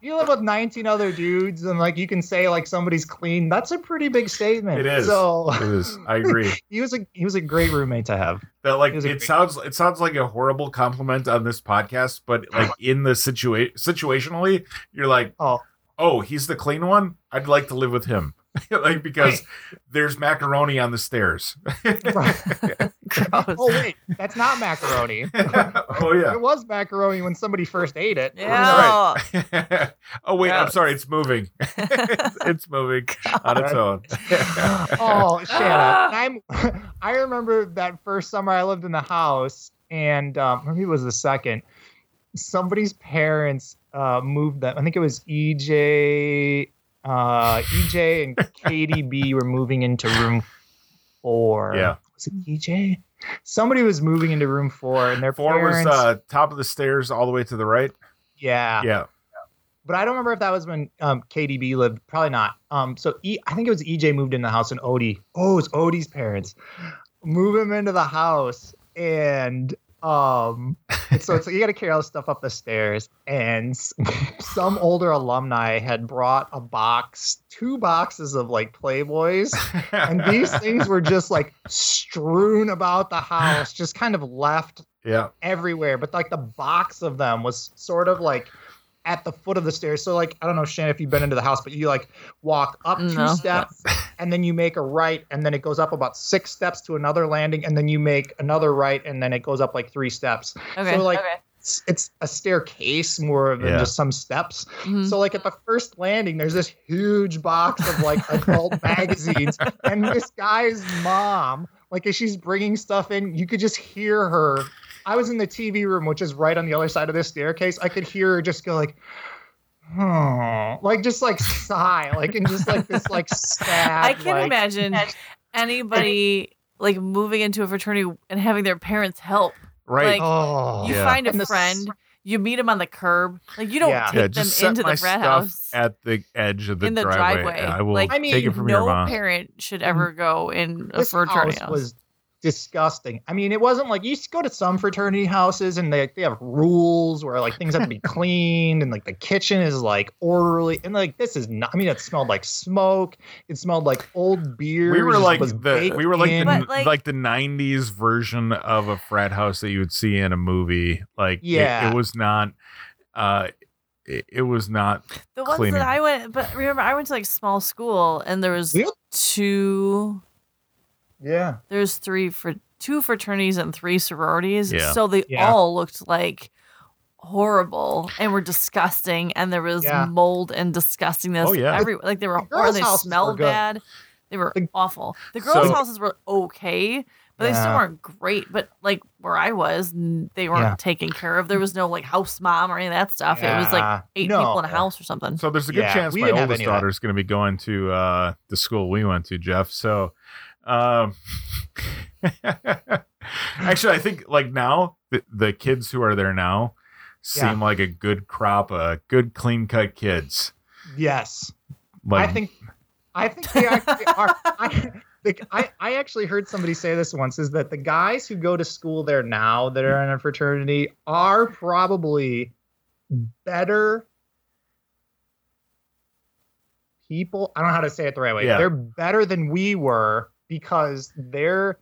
[SPEAKER 3] you live with 19 other dudes, and like you can say like somebody's clean. That's a pretty big statement.
[SPEAKER 2] It is.
[SPEAKER 3] So
[SPEAKER 2] It was. I
[SPEAKER 3] <laughs>
[SPEAKER 2] agree.
[SPEAKER 3] he was a, he was a great roommate
[SPEAKER 2] <laughs>
[SPEAKER 3] to have.
[SPEAKER 2] That like
[SPEAKER 3] It
[SPEAKER 2] it,
[SPEAKER 3] was a great-
[SPEAKER 2] sounds. It sounds like a horrible compliment on this podcast,
[SPEAKER 3] <laughs>
[SPEAKER 2] but like in the situation, situationally, you're like,
[SPEAKER 3] Oh.
[SPEAKER 2] oh, he's the clean one. I'd like to <laughs> live with him, like because there's macaroni on the stairs.
[SPEAKER 4] Gross.
[SPEAKER 2] <laughs>
[SPEAKER 3] Oh wait, that's not macaroni.
[SPEAKER 2] oh
[SPEAKER 3] It was macaroni when somebody first ate it.
[SPEAKER 2] <laughs>
[SPEAKER 4] Yeah.
[SPEAKER 2] yeah. oh wait, I'm sorry. It's moving. <laughs> it's, it's
[SPEAKER 3] <laughs>
[SPEAKER 2] moving on its own.
[SPEAKER 3] Oh, shut
[SPEAKER 2] Ah!
[SPEAKER 3] up. And I'm, <laughs> I remember that first summer I lived in the house, and um, maybe it was the second. Somebody's parents uh, moved them. I think it was EJ, uh, EJ
[SPEAKER 2] <laughs>
[SPEAKER 3] and KDB were moving into room four.
[SPEAKER 2] Yeah.
[SPEAKER 3] was it EJ? Somebody was moving into room four, and their
[SPEAKER 2] Four was
[SPEAKER 3] parents.
[SPEAKER 2] uh, top of the stairs, all the way to the right.
[SPEAKER 3] yeah,
[SPEAKER 2] Yeah.
[SPEAKER 3] but I don't remember if that was when um, KDB lived. Probably not. Um, so e- I think it was EJ moved in the house and Odie. Oh, it's Odie's parents move him into the house and um <laughs> and so it's you got to carry all this stuff up the stairs and s- <laughs> some older alumni had brought a box two boxes of like playboys and
[SPEAKER 2] <laughs>
[SPEAKER 3] these things were just like strewn about the house just kind of left
[SPEAKER 2] yeah.
[SPEAKER 3] everywhere, but like the box of them was sort of like at the foot of the stairs. So like I don't know, Shannon, if you've been into the house, but you like walk up
[SPEAKER 4] No.
[SPEAKER 3] two steps and then you make a right, and then it goes up about six steps to another landing, and then you make another right, and then it goes up like three steps.
[SPEAKER 4] Okay.
[SPEAKER 3] So, like,
[SPEAKER 4] okay.
[SPEAKER 3] It's, it's a staircase more than
[SPEAKER 2] Yeah.
[SPEAKER 3] just some steps.
[SPEAKER 4] Mhm.
[SPEAKER 3] So like at the first landing, there's this huge box of
[SPEAKER 4] <laughs>
[SPEAKER 3] like adult magazines, and this guy's mom, like as she's bringing stuff in, you could just hear her. I was in the TV room, which is right on the other side of this staircase. I could hear her just go like, "Hmm," like just like sigh, like and just like this like sad.
[SPEAKER 4] <laughs> I can
[SPEAKER 3] like-
[SPEAKER 4] imagine anybody like moving into a fraternity and having their parents help.
[SPEAKER 2] Right.
[SPEAKER 4] Like,
[SPEAKER 3] Oh,
[SPEAKER 4] You
[SPEAKER 2] Yeah.
[SPEAKER 4] find
[SPEAKER 3] And
[SPEAKER 4] a
[SPEAKER 3] the s-
[SPEAKER 4] friend, you meet them on the curb. Like you don't
[SPEAKER 3] Yeah.
[SPEAKER 4] take
[SPEAKER 2] yeah.
[SPEAKER 4] them
[SPEAKER 2] Just set
[SPEAKER 4] into
[SPEAKER 2] my
[SPEAKER 4] the frat
[SPEAKER 2] stuff
[SPEAKER 4] house.
[SPEAKER 2] at the edge of the,
[SPEAKER 4] in the
[SPEAKER 2] driveway.
[SPEAKER 4] driveway.
[SPEAKER 2] I will
[SPEAKER 4] Like,
[SPEAKER 3] I mean,
[SPEAKER 2] take it from your
[SPEAKER 4] no
[SPEAKER 2] mom. Mm-hmm.
[SPEAKER 4] parent should ever go in a
[SPEAKER 3] this
[SPEAKER 4] fraternity
[SPEAKER 3] house
[SPEAKER 4] house.
[SPEAKER 3] was disgusting. I mean, it wasn't like you used to go to some fraternity houses and they they have rules where like things have to
[SPEAKER 4] <laughs>
[SPEAKER 3] be cleaned and like the kitchen is like orderly and like this is not. I mean, it smelled like smoke. It smelled like old beer.
[SPEAKER 2] we were
[SPEAKER 3] just
[SPEAKER 2] like
[SPEAKER 3] was
[SPEAKER 2] the
[SPEAKER 3] baked
[SPEAKER 2] we were like the,
[SPEAKER 3] in.
[SPEAKER 4] But,
[SPEAKER 2] like,
[SPEAKER 4] like-
[SPEAKER 2] the 90s version of a frat house that you would see in a movie like it- it,
[SPEAKER 3] Yeah.
[SPEAKER 2] was not uh it, it was not
[SPEAKER 4] the ones
[SPEAKER 2] cleaner.
[SPEAKER 4] that I went, but remember, I went to like small school, and there was
[SPEAKER 3] Yeah.
[SPEAKER 4] two,
[SPEAKER 3] yeah.
[SPEAKER 4] there's three for two fraternities and three sororities,
[SPEAKER 2] Yeah.
[SPEAKER 4] so they
[SPEAKER 3] Yeah.
[SPEAKER 4] all looked like horrible and were disgusting, and there was
[SPEAKER 3] Yeah.
[SPEAKER 4] mold and disgustingness.
[SPEAKER 2] Oh, yeah.
[SPEAKER 4] every, like they were,
[SPEAKER 3] The
[SPEAKER 4] or
[SPEAKER 3] girls'
[SPEAKER 4] they
[SPEAKER 3] houses were
[SPEAKER 4] smelled
[SPEAKER 3] good.
[SPEAKER 4] bad. They were
[SPEAKER 3] The-
[SPEAKER 4] awful. The girls'
[SPEAKER 2] So-
[SPEAKER 4] houses were okay. But they still
[SPEAKER 3] Yeah.
[SPEAKER 4] weren't great. But like where I was, n- they weren't
[SPEAKER 3] Yeah.
[SPEAKER 4] taken care of. There was no like house mom or any of that stuff. It was like
[SPEAKER 3] Yeah.
[SPEAKER 4] eight
[SPEAKER 3] No.
[SPEAKER 4] people in a house or something.
[SPEAKER 2] so there's a good
[SPEAKER 3] Yeah,
[SPEAKER 2] chance
[SPEAKER 3] we
[SPEAKER 2] my
[SPEAKER 3] didn't have
[SPEAKER 2] oldest
[SPEAKER 3] any of that.
[SPEAKER 2] daughter's going to be going to uh the school we went to Jeff so um <laughs> actually I think like now the, the kids who are there now seem
[SPEAKER 3] Yeah.
[SPEAKER 2] like a good crop uh good clean cut kids
[SPEAKER 3] Yes.
[SPEAKER 2] like
[SPEAKER 3] I think I think they actually are. I, the, I, I actually heard somebody say this once is that the guys who go to school there now that are in a fraternity are probably better people. I don't know how to say it the right way.
[SPEAKER 2] Yeah.
[SPEAKER 3] They're better than we were because they're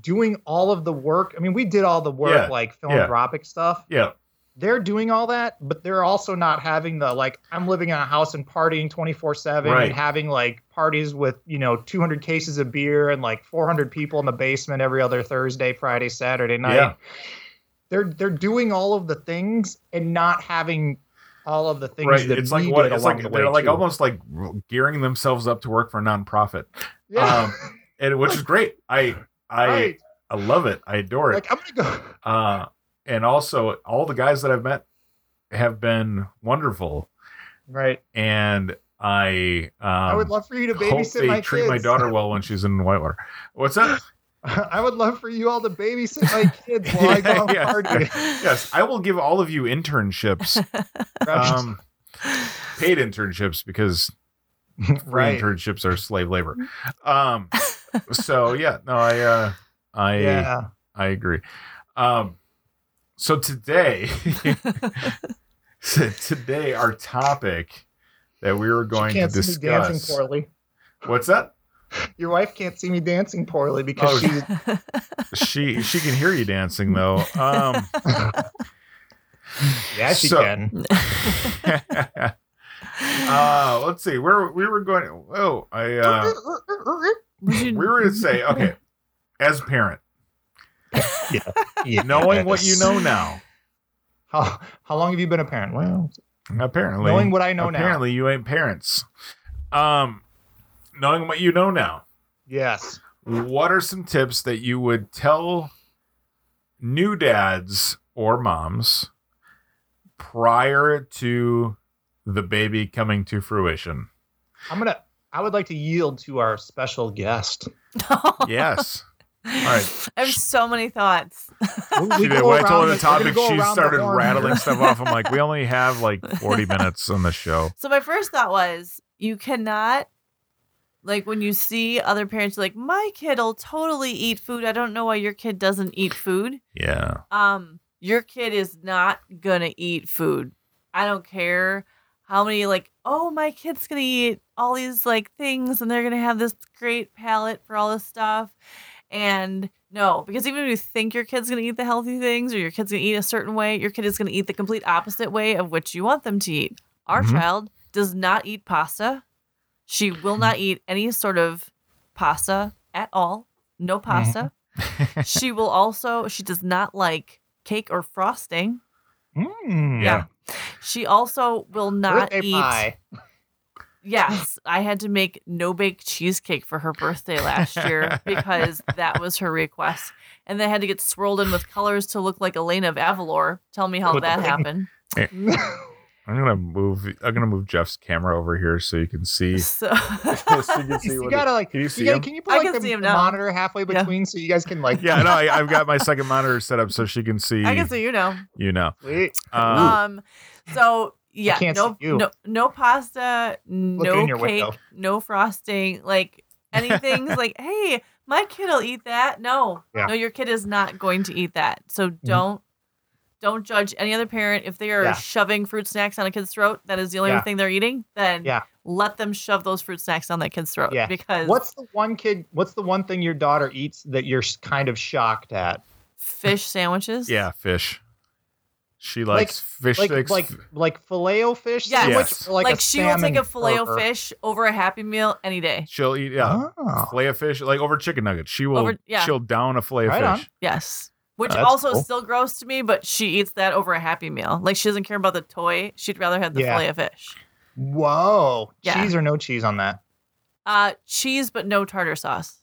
[SPEAKER 3] doing all of the work. I mean, we did all the work
[SPEAKER 2] Yeah.
[SPEAKER 3] like philanthropic stuff
[SPEAKER 2] yeah
[SPEAKER 3] they're doing all that, but they're also not having the like I'm living in a house and partying 24 seven
[SPEAKER 2] Right.
[SPEAKER 3] and having like parties with you know 200 cases of beer and like 400 people in the basement every other Thursday, Friday, Saturday night.
[SPEAKER 2] Yeah.
[SPEAKER 3] They're they're doing all of the things and not having all of the things
[SPEAKER 2] right
[SPEAKER 3] that
[SPEAKER 2] it's
[SPEAKER 3] we
[SPEAKER 2] like what
[SPEAKER 3] did
[SPEAKER 2] it's
[SPEAKER 3] along
[SPEAKER 2] like
[SPEAKER 3] the
[SPEAKER 2] they're
[SPEAKER 3] way,
[SPEAKER 2] like
[SPEAKER 3] too.
[SPEAKER 2] almost like gearing themselves up to work for a nonprofit
[SPEAKER 3] <laughs> yeah,
[SPEAKER 2] um, and which is great i i
[SPEAKER 3] right.
[SPEAKER 2] i love it i adore it
[SPEAKER 3] Like I'm gonna go. <laughs>
[SPEAKER 2] uh and also all the guys that i've met have been wonderful
[SPEAKER 3] Right.
[SPEAKER 2] and i um
[SPEAKER 3] I would love for you to
[SPEAKER 2] hope
[SPEAKER 3] babysit
[SPEAKER 2] they
[SPEAKER 3] my
[SPEAKER 2] treat
[SPEAKER 3] kids.
[SPEAKER 2] my daughter well when she's in whitewater what's that
[SPEAKER 3] <laughs> I would love for you all to babysit my
[SPEAKER 2] <laughs>
[SPEAKER 3] kids while I go out
[SPEAKER 2] Yeah.
[SPEAKER 3] partying.
[SPEAKER 2] yes i will give all of you internships <laughs> um paid internships because free
[SPEAKER 3] <laughs> right.
[SPEAKER 2] internships are slave labor um so yeah no i uh i
[SPEAKER 3] Yeah.
[SPEAKER 2] I agree. Um, so today, <laughs> so today our topic that we were going
[SPEAKER 3] she
[SPEAKER 2] to
[SPEAKER 3] can't see me dancing
[SPEAKER 2] discuss.
[SPEAKER 3] poorly.
[SPEAKER 2] What's that?
[SPEAKER 3] Your wife can't see me dancing poorly because
[SPEAKER 2] Oh,
[SPEAKER 3] she's
[SPEAKER 2] <laughs> She she can hear you dancing though. Um,
[SPEAKER 3] yeah,
[SPEAKER 2] she So-
[SPEAKER 3] can.
[SPEAKER 2] uh, let's see. Where we were going? Oh, I uh,
[SPEAKER 4] We
[SPEAKER 2] we
[SPEAKER 3] <laughs>
[SPEAKER 4] should- <laughs>
[SPEAKER 2] were going to say okay. As parent,
[SPEAKER 3] Yeah.
[SPEAKER 2] Knowing what you know now,
[SPEAKER 3] How, how long have you been a parent? Well,
[SPEAKER 2] apparently.
[SPEAKER 3] knowing what I know now.
[SPEAKER 2] apparently you ain't parents. Um, knowing what you know now,
[SPEAKER 3] Yes.
[SPEAKER 2] what are some tips that you would tell new dads or moms prior to the baby coming to fruition?
[SPEAKER 3] I'm going to, I would like to yield to our special
[SPEAKER 4] <laughs>
[SPEAKER 3] guest.
[SPEAKER 2] Yes.
[SPEAKER 4] All
[SPEAKER 2] right.
[SPEAKER 4] I have so many thoughts.
[SPEAKER 3] We- we
[SPEAKER 2] She did.
[SPEAKER 3] go
[SPEAKER 2] When I told her the
[SPEAKER 3] around this- we're gonna
[SPEAKER 2] topic,
[SPEAKER 3] go
[SPEAKER 2] she
[SPEAKER 3] around the
[SPEAKER 2] started
[SPEAKER 3] horn. <laughs>
[SPEAKER 2] rattling stuff off. I'm like, we only have like 40 minutes on the show.
[SPEAKER 4] So my first thought was you cannot like when you see other parents you're like my kid'll totally eat food. I don't know why your kid doesn't eat food.
[SPEAKER 2] Yeah.
[SPEAKER 4] um your kid is not gonna eat food i don't care how many like oh my kid's gonna eat all these like things and they're gonna have this great palate for all this stuff and no because even if you think your kid's gonna eat the healthy things or your kid's gonna eat a certain way your kid is gonna eat the complete opposite way of which you want them to eat our
[SPEAKER 2] Mhm.
[SPEAKER 4] child does not eat pasta she will not eat any sort of pasta at all no pasta she will also she does not like cake or frosting.
[SPEAKER 3] Mm.
[SPEAKER 2] Yeah.
[SPEAKER 4] She also will not
[SPEAKER 3] Birthday
[SPEAKER 2] <laughs>
[SPEAKER 4] eat.
[SPEAKER 3] pie.
[SPEAKER 4] Yes, I had to make no bake cheesecake for her birthday last
[SPEAKER 3] <laughs>
[SPEAKER 4] year because that was her request, and then I had to get swirled in with colors to look like Elena of Avalor. Tell me how
[SPEAKER 3] With the
[SPEAKER 4] that
[SPEAKER 3] thing. <laughs>
[SPEAKER 4] happened.
[SPEAKER 2] I'm gonna move. I'm gonna move Jeff's camera over here so you can
[SPEAKER 3] <laughs>
[SPEAKER 2] see. <laughs>
[SPEAKER 4] So <laughs>
[SPEAKER 2] so you can see
[SPEAKER 3] you
[SPEAKER 2] what
[SPEAKER 3] gotta
[SPEAKER 2] it-
[SPEAKER 3] like.
[SPEAKER 2] Can you see
[SPEAKER 3] gotta-
[SPEAKER 2] him?
[SPEAKER 3] Can you put
[SPEAKER 4] I
[SPEAKER 3] like
[SPEAKER 4] can
[SPEAKER 3] the,
[SPEAKER 4] see him
[SPEAKER 3] the
[SPEAKER 4] now.
[SPEAKER 3] monitor halfway
[SPEAKER 4] Yeah.
[SPEAKER 3] between so you guys can like?
[SPEAKER 2] Yeah, no, I, I've got my second monitor set up so she can see.
[SPEAKER 4] I guess that you know.
[SPEAKER 2] you know.
[SPEAKER 3] Wait,
[SPEAKER 2] Um,
[SPEAKER 4] Um, so yeah,
[SPEAKER 3] can't
[SPEAKER 4] no,
[SPEAKER 3] see you.
[SPEAKER 4] no, no pasta, no
[SPEAKER 3] in your
[SPEAKER 4] cake,
[SPEAKER 3] window.
[SPEAKER 4] no frosting, like anything's like, hey, my kid'll eat that. No,
[SPEAKER 3] Yeah. Mm-hmm.
[SPEAKER 4] no, your kid is not going to eat that. So don't. Don't judge any other parent if they are
[SPEAKER 3] Yeah.
[SPEAKER 4] shoving fruit snacks down a kid's throat. That is the only
[SPEAKER 3] Yeah.
[SPEAKER 4] thing they're eating. Then
[SPEAKER 3] Yeah.
[SPEAKER 4] let them shove those fruit snacks down that kid's throat
[SPEAKER 3] Yeah.
[SPEAKER 4] because
[SPEAKER 3] What's the one kid? What's the one thing your daughter eats that you're s- kind of shocked at?
[SPEAKER 4] fish sandwiches.
[SPEAKER 2] yeah, fish. She
[SPEAKER 3] Like-
[SPEAKER 2] likes fish
[SPEAKER 3] Like
[SPEAKER 2] sticks.
[SPEAKER 3] like like filet o fish
[SPEAKER 4] Yes.
[SPEAKER 2] Yes.
[SPEAKER 3] sandwich. or
[SPEAKER 4] like,
[SPEAKER 3] Like, a
[SPEAKER 4] she will take
[SPEAKER 3] salmon
[SPEAKER 4] a filet o
[SPEAKER 3] burger?
[SPEAKER 4] fish over a Happy Meal any day.
[SPEAKER 2] she'll eat yeah,
[SPEAKER 3] Oh.
[SPEAKER 2] fillet of fish like over chicken nuggets. She will.
[SPEAKER 4] Over- yeah.
[SPEAKER 2] She'll down a fillet
[SPEAKER 3] Right
[SPEAKER 2] of
[SPEAKER 3] on.
[SPEAKER 2] fish.
[SPEAKER 4] Yes. Which
[SPEAKER 3] That's
[SPEAKER 4] also
[SPEAKER 3] cool.
[SPEAKER 4] is still gross to me, but she eats that over a Happy Meal. Like she doesn't care about the toy. She'd rather have the
[SPEAKER 3] Yeah.
[SPEAKER 4] filet of fish.
[SPEAKER 3] Whoa!
[SPEAKER 4] Yeah.
[SPEAKER 3] Cheese or no cheese on that?
[SPEAKER 4] Uh, cheese, but no tartar sauce.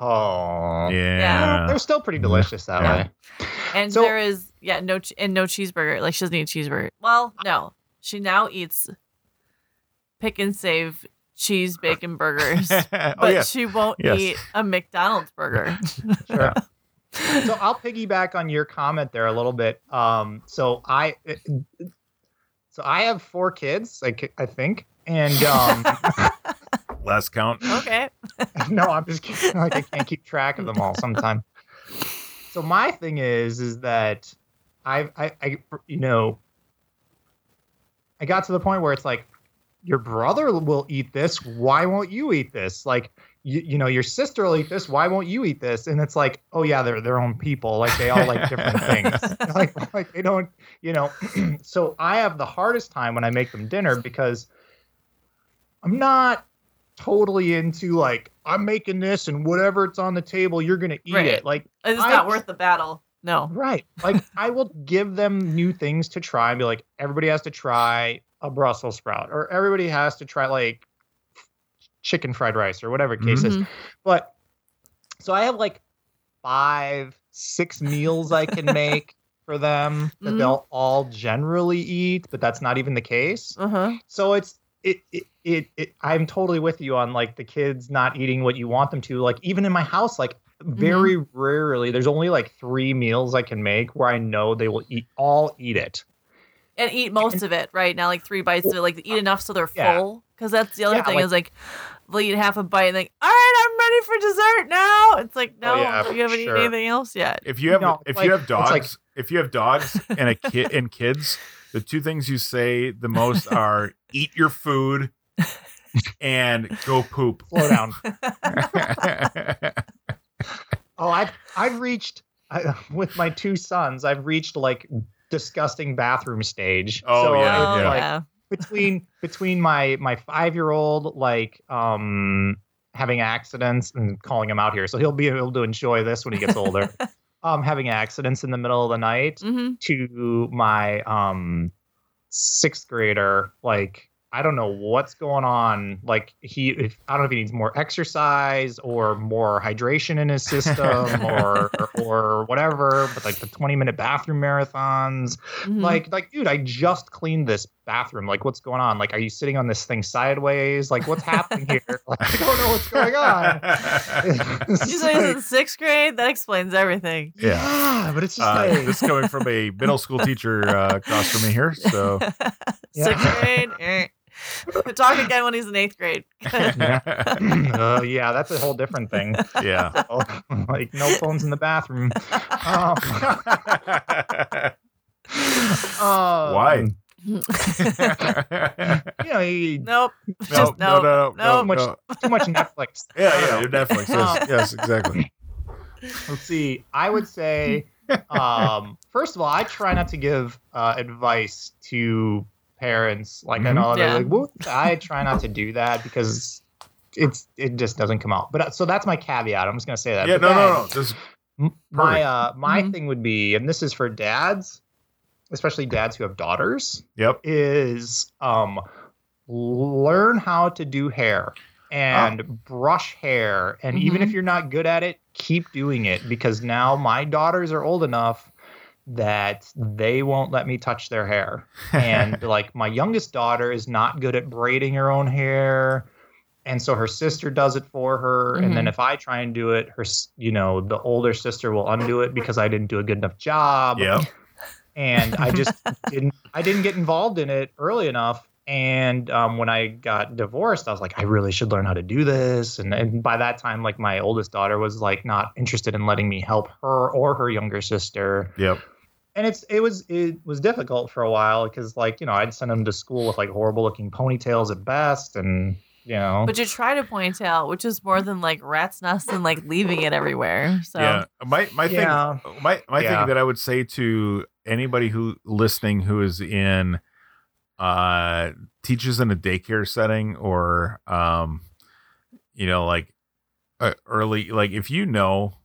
[SPEAKER 3] Oh,
[SPEAKER 2] Yeah.
[SPEAKER 3] they're still pretty delicious that
[SPEAKER 2] Yeah.
[SPEAKER 3] way.
[SPEAKER 4] And
[SPEAKER 3] So-
[SPEAKER 4] there is yeah no ch- and no cheeseburger. Like she doesn't eat cheeseburger. Well, no, she now eats pick and save cheese bacon
[SPEAKER 3] <laughs>
[SPEAKER 4] burgers, but
[SPEAKER 2] <laughs> oh yeah.
[SPEAKER 4] she won't
[SPEAKER 2] Yes.
[SPEAKER 4] eat a McDonald's
[SPEAKER 3] <laughs>
[SPEAKER 4] burger.
[SPEAKER 3] Sure. so I'll piggyback on your comment there a little bit. Um, so I, so I have four kids, like I think, and um,
[SPEAKER 2] Last count.
[SPEAKER 4] okay.
[SPEAKER 3] <laughs> no, I'm just kidding. Like I can't keep track of them all sometimes. So my thing is, is that I, I, I, you know, I got to the point where it's like, your brother will eat this. Why won't you eat this? Like, you, you know, your sister will eat this. Why won't you eat this? And it's like, oh yeah, they're their own people. Like they all like different things. <laughs> like, like they don't, you know. so I have the hardest time when I make them dinner because I'm not totally into like I'm making this and whatever it's on the table, you're gonna eat
[SPEAKER 4] Right.
[SPEAKER 3] it. Like
[SPEAKER 4] It's
[SPEAKER 3] I-
[SPEAKER 4] not worth the battle. No.
[SPEAKER 3] right, like I will give them new things to try and be like, everybody has to try a Brussels sprout or everybody has to try like chicken fried rice or whatever the case is.
[SPEAKER 4] Mhm.
[SPEAKER 3] But so I have like five, six meals I can make for them that
[SPEAKER 4] Mhm.
[SPEAKER 3] they'll all generally eat, but that's not even the case.
[SPEAKER 4] Uh huh.
[SPEAKER 3] So it's it, it it it I'm totally with you on like the kids not eating what you want them to. Like even in my house, like very rarely there's only like three meals I can make where I know they will eat all eat it.
[SPEAKER 4] and eat most of it, right? Now, like three bites of it, like eat enough so they're
[SPEAKER 3] uh, Yeah.
[SPEAKER 4] full. Because that's the other
[SPEAKER 3] Yeah,
[SPEAKER 4] thing
[SPEAKER 3] like-
[SPEAKER 4] is like they'll eat half a bite and like, all right, I'm ready for dessert now. It's like, no,
[SPEAKER 3] Oh, yeah,
[SPEAKER 4] you haven't
[SPEAKER 3] sure.
[SPEAKER 4] eaten anything else yet.
[SPEAKER 2] If you have
[SPEAKER 3] No,
[SPEAKER 2] if
[SPEAKER 3] like-
[SPEAKER 2] you have
[SPEAKER 3] it's like-
[SPEAKER 2] dogs, if you have dogs and a kid and kids, the two things you say the most are
[SPEAKER 3] <laughs>
[SPEAKER 2] eat your food and go poop.
[SPEAKER 3] <laughs> Slow down.
[SPEAKER 2] yeah.
[SPEAKER 3] oh, I've I've reached I, with my two sons, I've reached like disgusting bathroom stage.
[SPEAKER 2] Oh,
[SPEAKER 3] so,
[SPEAKER 2] yeah,
[SPEAKER 4] oh,
[SPEAKER 3] like,
[SPEAKER 2] yeah.
[SPEAKER 4] yeah.
[SPEAKER 3] between between my my five year old like um having accidents and calling him out here so he'll be able to enjoy this when he gets older um, having accidents in the middle of the night
[SPEAKER 4] hmm
[SPEAKER 3] to my um sixth grader like i don't know what's going on like he if, i don't know if he needs more exercise or more hydration in his system or or whatever but like the 20 minute bathroom marathons
[SPEAKER 4] mm-hmm.
[SPEAKER 3] like like dude i just cleaned this bathroom like what's going on like are you sitting on this thing sideways like what's happening here <laughs> like i don't know what's going on <laughs> It's
[SPEAKER 4] she's
[SPEAKER 3] like- <laughs>
[SPEAKER 4] in sixth grade. That explains everything.
[SPEAKER 3] yeah but it's just
[SPEAKER 2] <laughs> Uh,
[SPEAKER 3] like <clears throat>
[SPEAKER 2] this is coming from a middle school teacher uh, across from me here.
[SPEAKER 3] <laughs>
[SPEAKER 2] So,
[SPEAKER 3] Yeah.
[SPEAKER 4] Sixth grade. eh. Talk again when he's in eighth grade.
[SPEAKER 2] yeah.
[SPEAKER 3] uh, yeah that's a whole different thing Oh, like no phones in the bathroom. Um, um, <laughs>
[SPEAKER 2] Why?
[SPEAKER 3] You know, you-
[SPEAKER 4] nope.
[SPEAKER 2] no,
[SPEAKER 4] Just
[SPEAKER 2] no, no, no, no,
[SPEAKER 4] no.
[SPEAKER 3] Much-
[SPEAKER 2] no.
[SPEAKER 3] too much Netflix.
[SPEAKER 2] Yeah,
[SPEAKER 3] <laughs>
[SPEAKER 2] yeah, your Netflix. Yes,
[SPEAKER 3] Um,
[SPEAKER 2] yes exactly.
[SPEAKER 3] Let's see. I would
[SPEAKER 2] <laughs>
[SPEAKER 3] say, um, first of all, I try not to give uh, advice to parents. Like I
[SPEAKER 2] Mm-hmm.
[SPEAKER 3] know they're
[SPEAKER 4] Yeah.
[SPEAKER 3] like, "Whoop."
[SPEAKER 2] <laughs>
[SPEAKER 3] I try not to do that because it's it just doesn't come out. But uh, so that's my caveat. I'm just gonna say that.
[SPEAKER 2] Yeah, no,
[SPEAKER 3] But then-
[SPEAKER 2] no, Mm-hmm. no. Just
[SPEAKER 3] my
[SPEAKER 2] Perfect.
[SPEAKER 3] uh my
[SPEAKER 4] Mhm.
[SPEAKER 3] thing would be and this is for dads especially dads who have daughters
[SPEAKER 2] Yep.
[SPEAKER 3] is um learn how to do hair and brush hair and even if you're not good at it keep doing it because now my daughters are old enough that they won't let me touch their hair and like my youngest daughter is not good at braiding her own hair and so her sister does it for her and then if i try and do it her s- you know the older sister will undo it because i didn't do a good enough
[SPEAKER 2] <laughs>
[SPEAKER 3] job
[SPEAKER 2] Yep.
[SPEAKER 3] and i just didn't i didn't get involved in it early enough and um, when i got divorced i was like i really should learn how to do this and, and by that time like my oldest daughter was like not interested in letting me help her or her younger sister
[SPEAKER 2] Yep.
[SPEAKER 3] and it's it was it was difficult for a while because like you know I'd send them to school with like horrible looking ponytails at best, and you know
[SPEAKER 4] But you try to point out, which is more than like rat's nest and like leaving it everywhere. So
[SPEAKER 2] Yeah. My my thing
[SPEAKER 3] yeah,
[SPEAKER 2] my my
[SPEAKER 3] Yeah.
[SPEAKER 2] thing that I would say to anybody who listening who is in uh teaches in a daycare setting or um you know like uh, early like if you know